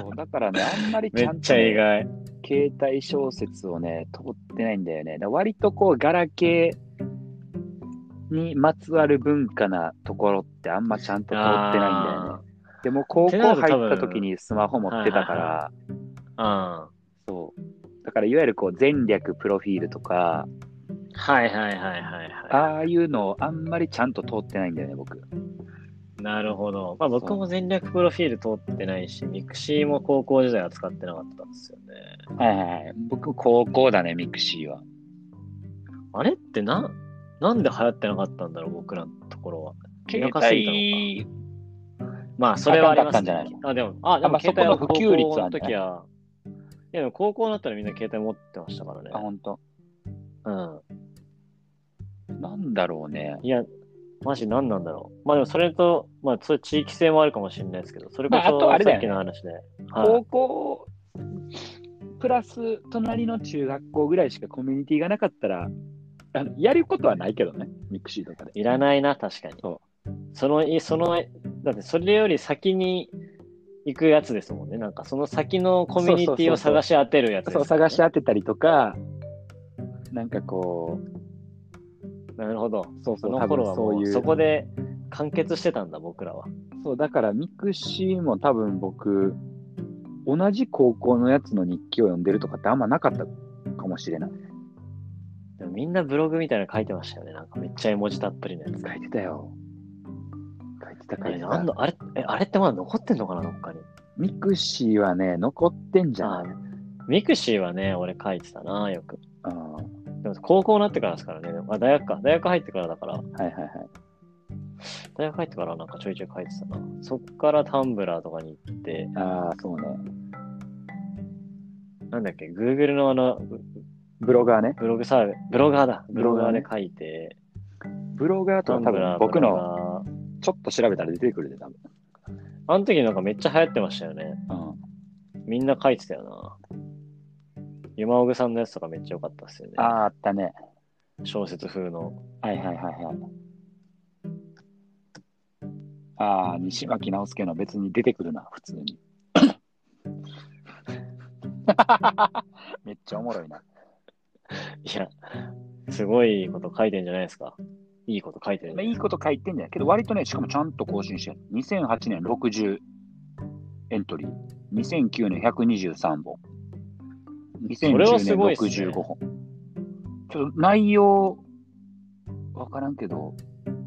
Speaker 2: そうだからね、あんまり
Speaker 1: め
Speaker 2: ちゃ
Speaker 1: っ
Speaker 2: んと
Speaker 1: ちゃ
Speaker 2: ね、
Speaker 1: 意外。
Speaker 2: 携帯小説をね、通ってないんだよね。だから割とこう、ガラケーにまつわる文化なところってあんまちゃんと通ってないんだよね。でも高校
Speaker 1: ってな
Speaker 2: 入
Speaker 1: ると多分
Speaker 2: った時にスマホ持ってたか
Speaker 1: はいはい
Speaker 2: ら、
Speaker 1: あー。うん。
Speaker 2: そう。だからいわゆるこう、前略プロフィールとか、
Speaker 1: はいはいはいはいは
Speaker 2: ああいうのをあんまりちゃんと通ってないんだよね、僕。
Speaker 1: い。なるほど。まあ僕も全略プロフィール通ってないし、ミクシーも高校時代は使ってなかったんですよね。
Speaker 2: はいはいはい。僕、高校だね、ミクシーは。
Speaker 1: あれってな、なんで流行ってなかったんだろう、僕らのところは。
Speaker 2: 携
Speaker 1: 田舎すぎた
Speaker 2: 帯、
Speaker 1: まあ、それはあります、
Speaker 2: あかんかったんじゃ
Speaker 1: あ、でも、あ、で
Speaker 2: あま
Speaker 1: も
Speaker 2: あそ
Speaker 1: 携
Speaker 2: この
Speaker 1: 帯
Speaker 2: 普
Speaker 1: は
Speaker 2: 及率
Speaker 1: 高
Speaker 2: は
Speaker 1: 校
Speaker 2: ね
Speaker 1: の時は、いやでも高校になったらみんな携帯持ってましたから
Speaker 2: あ、
Speaker 1: ね。
Speaker 2: ほんと。
Speaker 1: うん。
Speaker 2: なんだろうね。
Speaker 1: いや、マジ何なんだろう。まあでもそれと、まあそういう地域性もあるかもしれないですけど、それこ
Speaker 2: まああ
Speaker 1: そ
Speaker 2: とあれだ
Speaker 1: さ
Speaker 2: よ
Speaker 1: っき
Speaker 2: ね
Speaker 1: の話で。はい
Speaker 2: 高校プラス隣の中学校ぐらいしかコミュニティがなかったらあのやることはないけどねミクシーとかで
Speaker 1: いらないな、確かに。
Speaker 2: そ
Speaker 1: その、いその、だってそれより先に行くやつですもんね。なんかその先のコミュニティを探し当てるやつです
Speaker 2: そ
Speaker 1: も
Speaker 2: うん
Speaker 1: ね
Speaker 2: 探し当てたりとかなんかこ
Speaker 1: なるほど。
Speaker 2: うそう
Speaker 1: そ
Speaker 2: そう
Speaker 1: の
Speaker 2: 多分
Speaker 1: 頃は
Speaker 2: そ
Speaker 1: も
Speaker 2: う
Speaker 1: う
Speaker 2: いう
Speaker 1: そこで完結してたんだ、僕らは。
Speaker 2: そうだからミクシーも多分僕同じ高校のやつの日記を読んでるとかってあんまなかったかもしれない
Speaker 1: でもみんなブログみたいなの書いてましたよね。なんかめっちゃ絵文字たっぷりのやつ。
Speaker 2: 書いてたよ書いてた書い
Speaker 1: え、
Speaker 2: て
Speaker 1: なん
Speaker 2: た
Speaker 1: のあれ、え、あれってまだ残ってんのかな、どっかに。
Speaker 2: ミクシーはね残ってんじゃない
Speaker 1: あミクシーはね、俺書いてたな、よく。
Speaker 2: ああは
Speaker 1: でも高校になってからですからね。でもあ、大学か。大学入ってからだから。
Speaker 2: いはいはい
Speaker 1: 大学入ってからなんかちょいちょい書いてたな。そっからタンブラーとかに行って、
Speaker 2: ああ、そうね。
Speaker 1: なんだっけ、Google のあの、
Speaker 2: ブロガーね。
Speaker 1: ブログサービス、ブロガーだ。ブ
Speaker 2: ブ
Speaker 1: ロ
Speaker 2: ロ
Speaker 1: ガ
Speaker 2: ガー
Speaker 1: ー
Speaker 2: ね
Speaker 1: で書いて、
Speaker 2: ブロガーとか多
Speaker 1: タンブラー
Speaker 2: 分僕の
Speaker 1: ブロガー
Speaker 2: ちょっと調べたら出てくるで多分。
Speaker 1: あの時なんかめっちゃ流行ってましたよね。
Speaker 2: うん、
Speaker 1: みんな書いてたよな。山奥さんのやつとかめっちゃ良かったっすよね
Speaker 2: あ。あ、あったね。
Speaker 1: 小説風の。
Speaker 2: はいはいはいはい。ああ、西巻直輔の別に出てくるな、普通 に。めっちゃおもろいな。
Speaker 1: いや、すごいこと書いてんじゃないですか。いいこと書いてるん
Speaker 2: まあ
Speaker 1: で
Speaker 2: いいこと書いてんじゃないけど、割とね、しかもちゃんと更新してる。2008年60エントリー、2009年123本、
Speaker 1: それは
Speaker 2: 2010
Speaker 1: す
Speaker 2: 年
Speaker 1: ごいっすね
Speaker 2: 65本。ちょっと内容、わからんけど、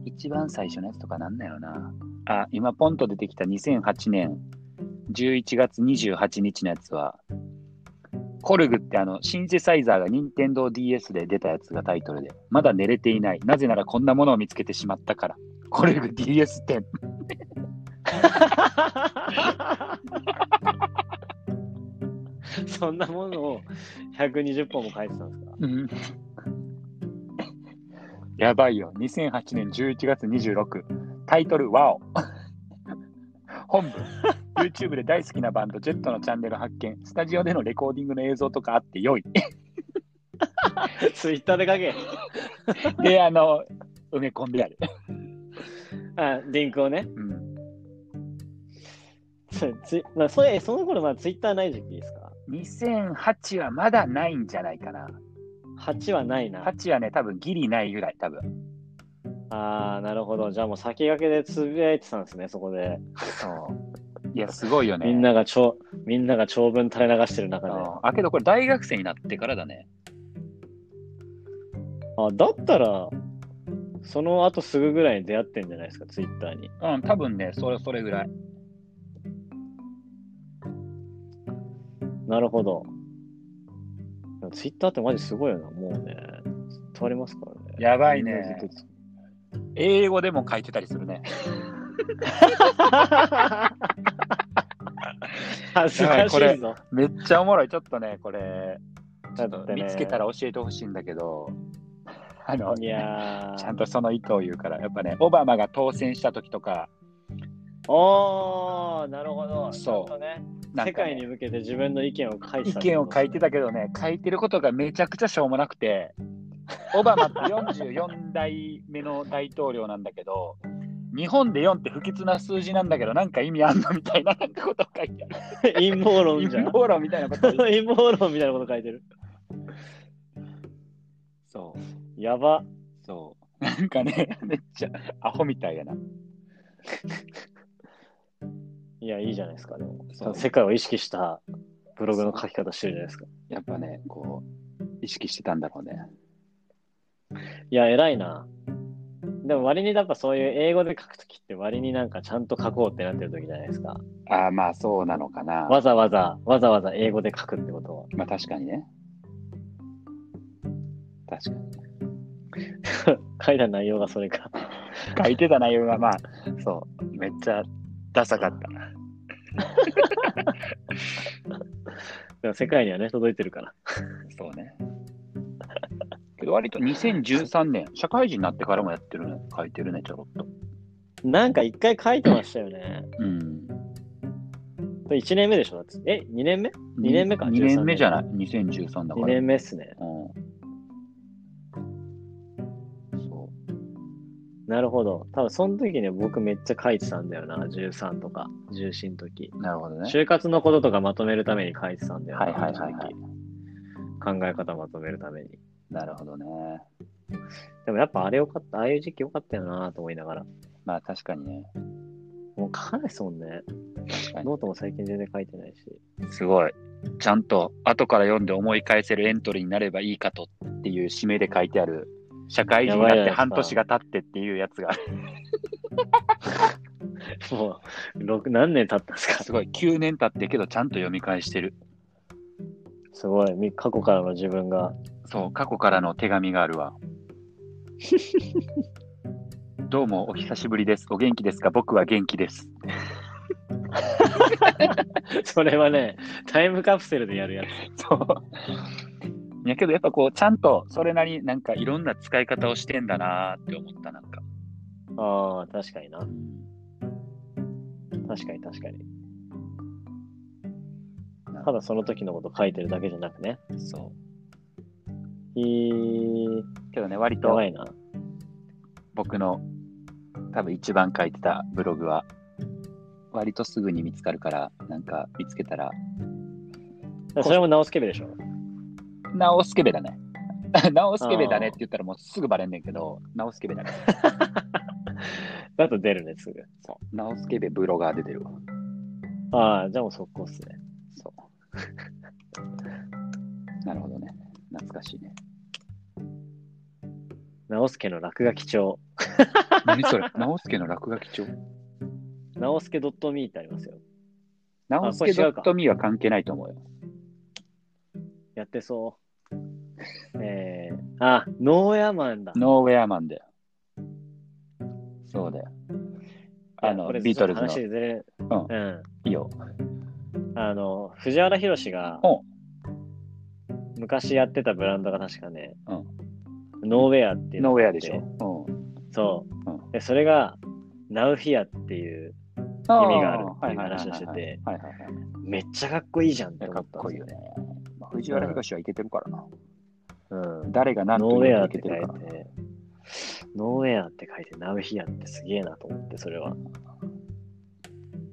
Speaker 2: 一番最初のやつとかなんだよな。あ、今ポンと出てきた2008年11月28日のやつは、コルグってあのシンセサイザーが任天堂 d s で出たやつがタイトルで、まだ寝れていない。なぜならこんなものを見つけてしまったから。コルグ DS10。
Speaker 1: そんなものを120本も書いてたんですか。
Speaker 2: やばいよ。2008年11月26。タイトル、ワオ。本部。YouTube で大好きなバンド、ジェットのチャンネル発見。スタジオでのレコーディングの映像とかあって良い。
Speaker 1: ツイッターで書け。
Speaker 2: で、あの、埋め込んである。
Speaker 1: あ、リンクをね。
Speaker 2: うん。
Speaker 1: そつまあ、それえその頃まだツイッターない時期ですか
Speaker 2: 2008はまだないんじゃないかな。
Speaker 1: ?8 はないな。
Speaker 2: 8はね、多分ギリないぐらい、多分。
Speaker 1: ああ、なるほど。じゃあもう先駆けでつぶやいてたんですね、そこで。
Speaker 2: そう。いや、すごいよね。
Speaker 1: みんながちょみんなが長文垂れ流してる中で。
Speaker 2: ああ、けどこれ大学生になってからだね。
Speaker 1: あだったら、その後すぐぐらいに出会ってんじゃないですか、ツイッターに。
Speaker 2: うん、多分ね、それ、それぐらい。
Speaker 1: なるほど。でもツイッターってマジすごいよな、もうね。通りますからね。
Speaker 2: やばい
Speaker 1: みんなずっ
Speaker 2: ね。
Speaker 1: と
Speaker 2: 英語でも書いてたりするね。
Speaker 1: 恥ずかしいぞ。
Speaker 2: めっちゃおもろい。ちょっとね、これ、ちょっ
Speaker 1: だっ
Speaker 2: と
Speaker 1: てね
Speaker 2: 見つけたら教えてほしいんだけど、あの、
Speaker 1: いやー。
Speaker 2: ちゃんとその意図を言うから、やっぱね、オバマが当選した時とか、
Speaker 1: おー、なるほど。
Speaker 2: そう
Speaker 1: ちゃんとね、
Speaker 2: なん
Speaker 1: 世
Speaker 2: かね
Speaker 1: 界に向けて自分の意見を書いて
Speaker 2: 意
Speaker 1: た
Speaker 2: 見を書いてたけどね、書いてることがめちゃくちゃしょうもなくて、オバマって44代目の大統領なんだけど、日本で4って不吉な数字なんだけど、なんか意味あんのみたいななんかことを書いてある。
Speaker 1: 陰謀論じゃ
Speaker 2: 陰
Speaker 1: ん。
Speaker 2: 謀論みたいなことを言う
Speaker 1: 陰謀論みたいなこと書いてる。
Speaker 2: そう。
Speaker 1: やば。
Speaker 2: そう。なんかね、 めっちゃアホみたいやな。
Speaker 1: いや、いいじゃないですか、でも。
Speaker 2: そう
Speaker 1: 世界を意識したブログの書き方してるじゃないですか。
Speaker 2: やっぱね、こう、意識してたんだろうね。
Speaker 1: いや、偉いな。でも割にやっぱそういう英語で書くときって割になんかちゃんと書こうってなってるときじゃないですか。
Speaker 2: ああ、まあそうなのかな。
Speaker 1: わざわざ、わざわざ英語で書くってことは。
Speaker 2: まあ確かにね。確かに。
Speaker 1: 書いた内容がそれか。
Speaker 2: 書いてた内容 がまあ、そう、めっちゃダサかった。
Speaker 1: でも世界にはね、届いてるから。
Speaker 2: そう ね。けど割と2013年、社会人になってからもやってるね。書いてるね、ちょろっと。
Speaker 1: なんか一回書いてましたよね。
Speaker 2: うん。
Speaker 1: 1年目でしょだってえ、2年目 ?2 二年目か
Speaker 2: 2年目じゃない。2013だから。
Speaker 1: 年目っすね。
Speaker 2: うん。そう。
Speaker 1: なるほど。多分その時ね、僕めっちゃ書いてたんだよな。13とか、14の時。
Speaker 2: なるほどね。
Speaker 1: 就活のこととかまとめるために書いてたんだよな。
Speaker 2: はいはいはいはい
Speaker 1: あの時考え方まとめるために。
Speaker 2: なるほどね。
Speaker 1: でもやっぱあれよかった、ああいう時期よかったよなと思いながら。
Speaker 2: まあ確かにね。
Speaker 1: もう書かないっすもんね。
Speaker 2: 確かに
Speaker 1: ノートも最近全然書いてないし。
Speaker 2: すごい。ちゃんと後から読んで思い返せるエントリーになればいいかとっていう締めで書いてある、社会人に
Speaker 1: やばい
Speaker 2: なっ
Speaker 1: や
Speaker 2: て
Speaker 1: つだ
Speaker 2: 半年が経ってっていうやつが、
Speaker 1: もう、六何年経ったんですか
Speaker 2: すごい、9年経ってけど、ちゃんと読み返してる。
Speaker 1: すごい、み過去からの自分が。
Speaker 2: そう、過去からの手紙がある わ。どうもお久しぶりです。お元気ですか僕は元気です。
Speaker 1: それはね、タイムカプセルでやるや
Speaker 2: そう。いやけどやっぱこう、ちゃんとそれなりになんかいろんな使い方をしてんだなーって思った、なんか。
Speaker 1: つ。ああ、確かにな。確かに確かに。ただその時のこと書いてるだけじゃなくね。
Speaker 2: そ
Speaker 1: えー、
Speaker 2: う。けどね、割
Speaker 1: や
Speaker 2: と
Speaker 1: ばいな。
Speaker 2: 僕の多分一番書いてたブログは、割とすぐに見つかるから、なんか見つけたら、
Speaker 1: それも直すケベでしょ。
Speaker 2: なおすけべだね。 なおすけべだねって言ったらもうすぐバレんねんけど、なおすけべだね。
Speaker 1: だと出るね、すぐ。
Speaker 2: そう。なおすけべブロガーで出てるわ。
Speaker 1: ああ、じゃあもう速攻っすね。
Speaker 2: そう。 なるほどね。懐かしいね。
Speaker 1: 直輔の落書き帳。
Speaker 2: 何 それ直輔の落書き帳
Speaker 1: 直輔 .me ってありますよ。
Speaker 2: 直輔ドットミーは関係ないと思うよ。
Speaker 1: やってそう。えー、あ、ノーヤマンだ。
Speaker 2: ノーウェアマンだよ。そうだよ。あの、
Speaker 1: これ
Speaker 2: ビートルズの。
Speaker 1: ちょ
Speaker 2: い
Speaker 1: っと話ずれ
Speaker 2: うん
Speaker 1: うん。
Speaker 2: いよ。
Speaker 1: あの、藤原宏が
Speaker 2: お、
Speaker 1: 昔やってたブランドが確かね、
Speaker 2: う
Speaker 1: ノーウェアっていう
Speaker 2: ノー
Speaker 1: の
Speaker 2: ウ
Speaker 1: が
Speaker 2: ェ
Speaker 1: あ
Speaker 2: ア
Speaker 1: って
Speaker 2: でしょ。うん。
Speaker 1: そう、
Speaker 2: う
Speaker 1: で。それが、ナウフィアっていう、
Speaker 2: あー
Speaker 1: 意味があるっていう
Speaker 2: はいはいはいはい
Speaker 1: 話をしてて
Speaker 2: はいはいはい
Speaker 1: めっちゃかっこいいじゃんっ
Speaker 2: い
Speaker 1: て
Speaker 2: や。か
Speaker 1: 思
Speaker 2: っ
Speaker 1: っ
Speaker 2: たこ
Speaker 1: ん
Speaker 2: いい
Speaker 1: です
Speaker 2: よ
Speaker 1: よ。
Speaker 2: ね。まあ藤原宏はいけてるからな。
Speaker 1: うん。
Speaker 2: 誰が何と
Speaker 1: ノーウ
Speaker 2: 言
Speaker 1: ェ
Speaker 2: うと
Speaker 1: アっ
Speaker 2: いけ
Speaker 1: て
Speaker 2: て
Speaker 1: 書い
Speaker 2: るから。
Speaker 1: て、ノーウェアって書いて、ナウヒアってすげえなと思って、それは。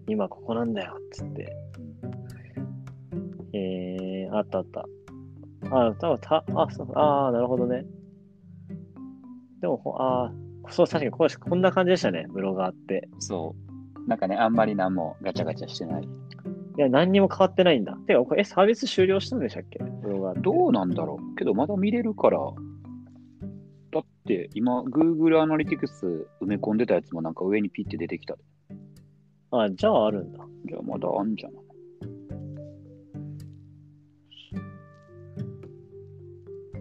Speaker 1: 今ここなんだよ、っつって。えー、あったあった。あ、多分た、あ、そう、あーなるほどね。でも、ほあーそう、確かにこうしこんな感じでしたね、ブロガーって。
Speaker 2: そう。なんかね、あんまり何もガチャガチャしてない。
Speaker 1: いや、何にも変わってないんだ。てか、これ、え、サービス終了したんでしたっけブロガーって。
Speaker 2: どうなんだろうけど、まだ見れるから。だって、今、Google アナリティクス埋め込んでたやつもなんか上にピッて出てきた。
Speaker 1: あ、じゃああるんだ。
Speaker 2: じゃあ、まだあんじゃない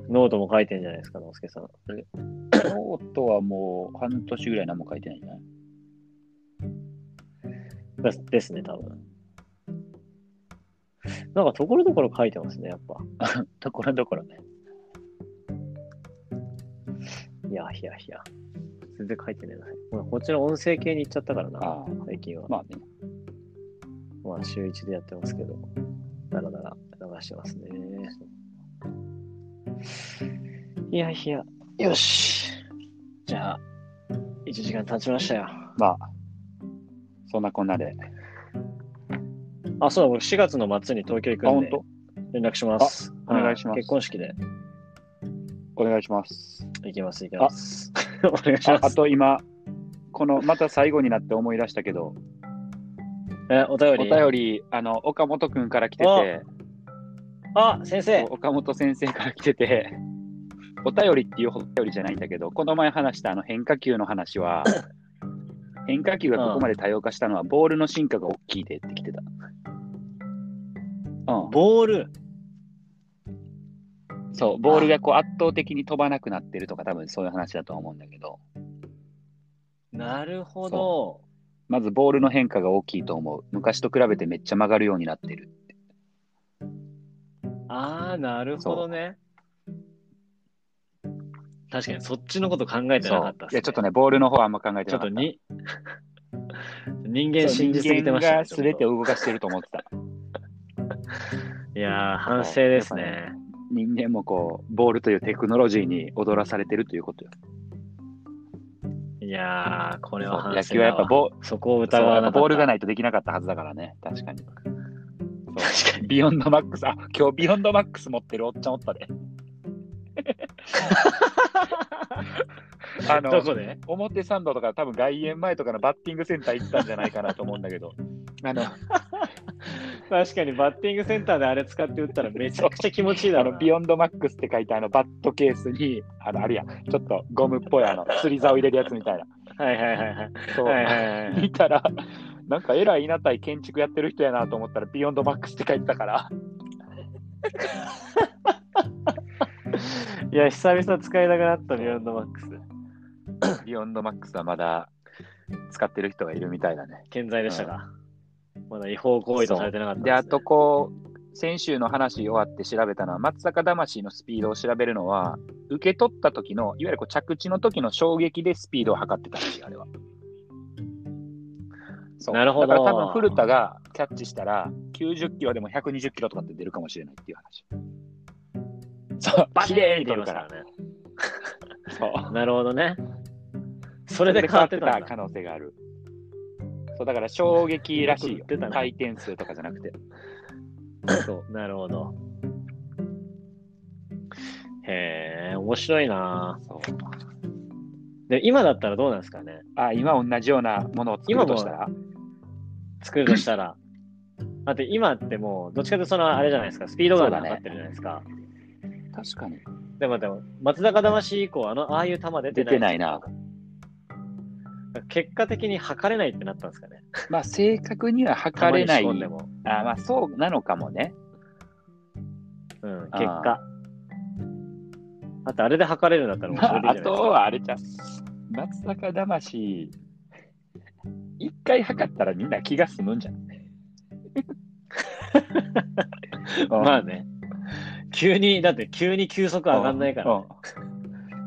Speaker 1: ノートも書いてんじゃないですか、のすけさん。
Speaker 2: ノートはもう半年ぐらい何も書いてないんじゃない
Speaker 1: だですね、多分。なんかところどころ書いてますね、やっぱ。
Speaker 2: ところどころね。
Speaker 1: いや、ひやひや。全然書いてねえな。まあこっちの音声系に行っちゃったからな、
Speaker 2: ああ、
Speaker 1: 最近は。
Speaker 2: まあね。
Speaker 1: まあ、週一でやってますけど、だらだら流してますね。いやいや、よし。じゃあ、1時間経ちましたよ。
Speaker 2: まあ、そんなこんなで。
Speaker 1: あ、そうだ、僕4月の末に東京行
Speaker 2: あ、
Speaker 1: くん
Speaker 2: 本
Speaker 1: で、
Speaker 2: 当
Speaker 1: 連絡します。
Speaker 2: あお願いします
Speaker 1: は結婚式で
Speaker 2: お願いします。
Speaker 1: 行きます、行きます。お願いし
Speaker 2: あ
Speaker 1: ま
Speaker 2: あ
Speaker 1: す。
Speaker 2: と今、この、また最後になって思い出したけど、
Speaker 1: え、お便
Speaker 2: お
Speaker 1: り。
Speaker 2: 便り、あの、岡本くんから来てて、
Speaker 1: あ、先生。
Speaker 2: 岡本先生から来てて、お便りっていうお便りじゃないんだけど、この前話したあの変化球の話 は、変化球がここまで多様化したのは、ボールの進化が大きいでって来てた。うん、
Speaker 1: ボール。
Speaker 2: そう、ボールがこう圧倒的に飛ばなくなってるとか、多分そういう話だとは思うんだけど、
Speaker 1: なるほど。
Speaker 2: まずボールの変化が大きいと思う。昔と比べてめっちゃ曲がるようになってる。
Speaker 1: ああ、なるほどね。確かに、そっちのこと考えてなかった
Speaker 2: そういや、ちょっとね、ボールの方はあんま考えて
Speaker 1: ちょ
Speaker 2: なか
Speaker 1: っと
Speaker 2: った。
Speaker 1: に、人間
Speaker 2: そう
Speaker 1: 信じすぎてました、ね。
Speaker 2: 人間が全て
Speaker 1: ちょっ
Speaker 2: を動かしてると思ってた。
Speaker 1: といやー、反省ですね。
Speaker 2: 人間もこう、ボールというテクノロジーに踊らされてるということよ。
Speaker 1: いやー、これは
Speaker 2: そう
Speaker 1: 反省
Speaker 2: 野球はやっぱ
Speaker 1: ボ
Speaker 2: ボ
Speaker 1: そこを
Speaker 2: そう
Speaker 1: 疑
Speaker 2: や
Speaker 1: わ
Speaker 2: っ
Speaker 1: なか
Speaker 2: ぱ
Speaker 1: った。
Speaker 2: ボールがないとできなかったはずだからね、確かに。そう
Speaker 1: 確かに。
Speaker 2: ビヨンドマックス、あ今日ビヨンドマックス持ってるおっちゃんおった で。あ
Speaker 1: ど
Speaker 2: の
Speaker 1: こで
Speaker 2: 表参道とか、多分外苑前とかのバッティングセンター行ったんじゃないかなと思うんだけど、あの
Speaker 1: 確かに、バッティングセンターであれ使って打ったらめちゃくちゃ気持ちいいだ
Speaker 2: あ
Speaker 1: ろう
Speaker 2: の
Speaker 1: な。
Speaker 2: ビヨンドマックスって書いてあのバットケースにあのあるやんちょっとゴムっぽいあの釣り竿入れるやつみたいな
Speaker 1: はいはいはいはい。
Speaker 2: そう、
Speaker 1: はいはいはい
Speaker 2: 見たらなんかえらい稲い建築やってる人やなと思ったらビヨンドマックスって書いてたから
Speaker 1: いや、久々使いたくなった、ビヨンドマックス。
Speaker 2: ビヨンドマックスはまだ使ってる人がいるみたいだね
Speaker 1: 健在でしたか。まだ違法行為とされてなかったん
Speaker 2: で、
Speaker 1: すね
Speaker 2: あとこう、先週の話終わって調べたのは、松坂魂のスピードを調べるのは、受け取った時の、いわゆるこう着地の時の衝撃でスピードを測ってたらしい、あれは。そう
Speaker 1: なるほど
Speaker 2: だから多分古田がキャッチしたら、90キロでも120キロとかって出るかもしれないっていう話。そう、
Speaker 1: バ
Speaker 2: 綺
Speaker 1: キ
Speaker 2: 麗
Speaker 1: レー
Speaker 2: に
Speaker 1: ン
Speaker 2: 出
Speaker 1: 出
Speaker 2: る
Speaker 1: る
Speaker 2: か
Speaker 1: からら。ね。
Speaker 2: そう。
Speaker 1: なるほどね。それで変わってたんだ
Speaker 2: 可。能性がある。そう、だから衝撃らしい
Speaker 1: よく売
Speaker 2: よ
Speaker 1: ってた。な
Speaker 2: 回転数とかじゃなくて。 そう。
Speaker 1: なるほど。へえ、面白いな
Speaker 2: そう
Speaker 1: で今だったらどうなんですかね
Speaker 2: あ、今同じようなものを作るとしたら
Speaker 1: 作るとした ら。だって今ってもう、どっちかというとそのあれじゃないですか、スピードガンで
Speaker 2: そうだね
Speaker 1: 測ってるじゃないですか。
Speaker 2: 確かに。
Speaker 1: でもでも、松坂魂以降、あの、ああいう球出
Speaker 2: 出
Speaker 1: てない。
Speaker 2: てないな。
Speaker 1: 結果的に測れないってなったんですかね。
Speaker 2: まあ、正確には測れない。
Speaker 1: 球に仕込んでも。
Speaker 2: あまあ、そうなのかもね。
Speaker 1: うん、結
Speaker 2: あー
Speaker 1: 果。あと、あれで測れるんだったら面
Speaker 2: ま
Speaker 1: 白いじ
Speaker 2: あ、あ
Speaker 1: ゃないですか
Speaker 2: と。はあれじゃん、松坂魂、一回測ったらみんな気が済むんじゃん。
Speaker 1: まあね。急に、だって急に球速上がんないから。
Speaker 2: うん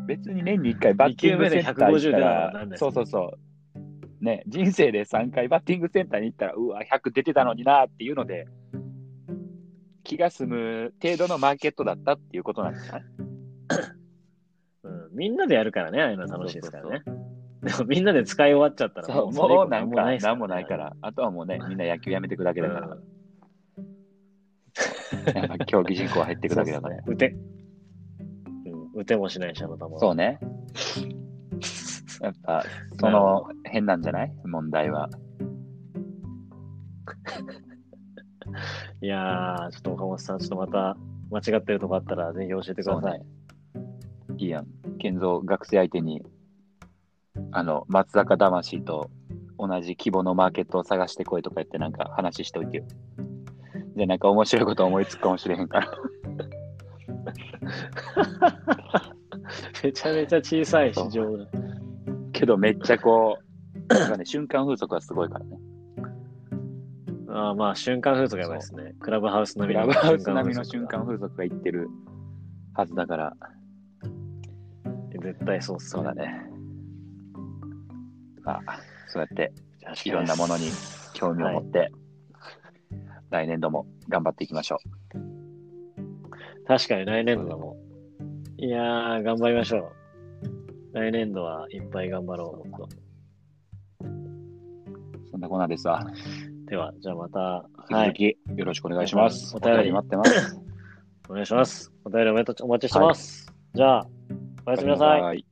Speaker 2: 別に年に1回バッティングセンター行った
Speaker 1: 2球目で150出たらな
Speaker 2: ら
Speaker 1: ん、ない
Speaker 2: そうそうそう。ね、人生で3回バッティングセンターに行ったら、うわ、100出てたのになっていうので、気が済む程度のマーケットだったっていうことなんですかね。
Speaker 1: うん、みんなでやるからね、ああいうのは楽しいですからね。でもみんなで使い終わっちゃったら
Speaker 2: そう、
Speaker 1: それ以
Speaker 2: も
Speaker 1: 降
Speaker 2: うなん
Speaker 1: 何
Speaker 2: か、
Speaker 1: です
Speaker 2: なんもないからら、あとはもうね、みんな野球やめてくだけだか
Speaker 1: う
Speaker 2: ら
Speaker 1: ん、
Speaker 2: やっぱ競技人口入ってくだけだから。
Speaker 1: 打て、うん、打てもしないし、あの球は
Speaker 2: そうね。 やっぱ、その、変なんじゃない問題は。
Speaker 1: いやー、ちょっと岡本さん、ちょっとまた間違ってるとこあったら、ぜひ教えてく
Speaker 2: そう
Speaker 1: ださい。
Speaker 2: ね。いいやん。健三学生相手に、あの、松坂魂と同じ規模のマーケットを探してこいとか言ってなんか話しておいてよ。じゃあなんか面白いこと思いつくかもしれへんから。
Speaker 1: めちゃめちゃ小さい市場だ。
Speaker 2: けどめっちゃこう、なんかね、瞬間風速はすごいからね。
Speaker 1: あーまあ、瞬間風速やばいですね。クラブハウス並
Speaker 2: クラ
Speaker 1: みの
Speaker 2: ブハウス並みの瞬間風速がいってるはずだから、
Speaker 1: 絶対そうっす
Speaker 2: そうだね。まあ、そうやっていろんなものに興味を持って、来年度も頑張っていきましょう。
Speaker 1: 確かに来年度だもん。いやー、頑張りましょう。来年度はいっぱい頑張ろうもっ
Speaker 2: そんなこんなですわ。
Speaker 1: と。では、じゃあまた、は
Speaker 2: 引
Speaker 1: い、
Speaker 2: き続きよろしくお願いします。
Speaker 1: お便り
Speaker 2: 待ってます。
Speaker 1: お願いします。お便りお待ちお待ちしてます。じゃあ、おやすみなさい。
Speaker 2: い。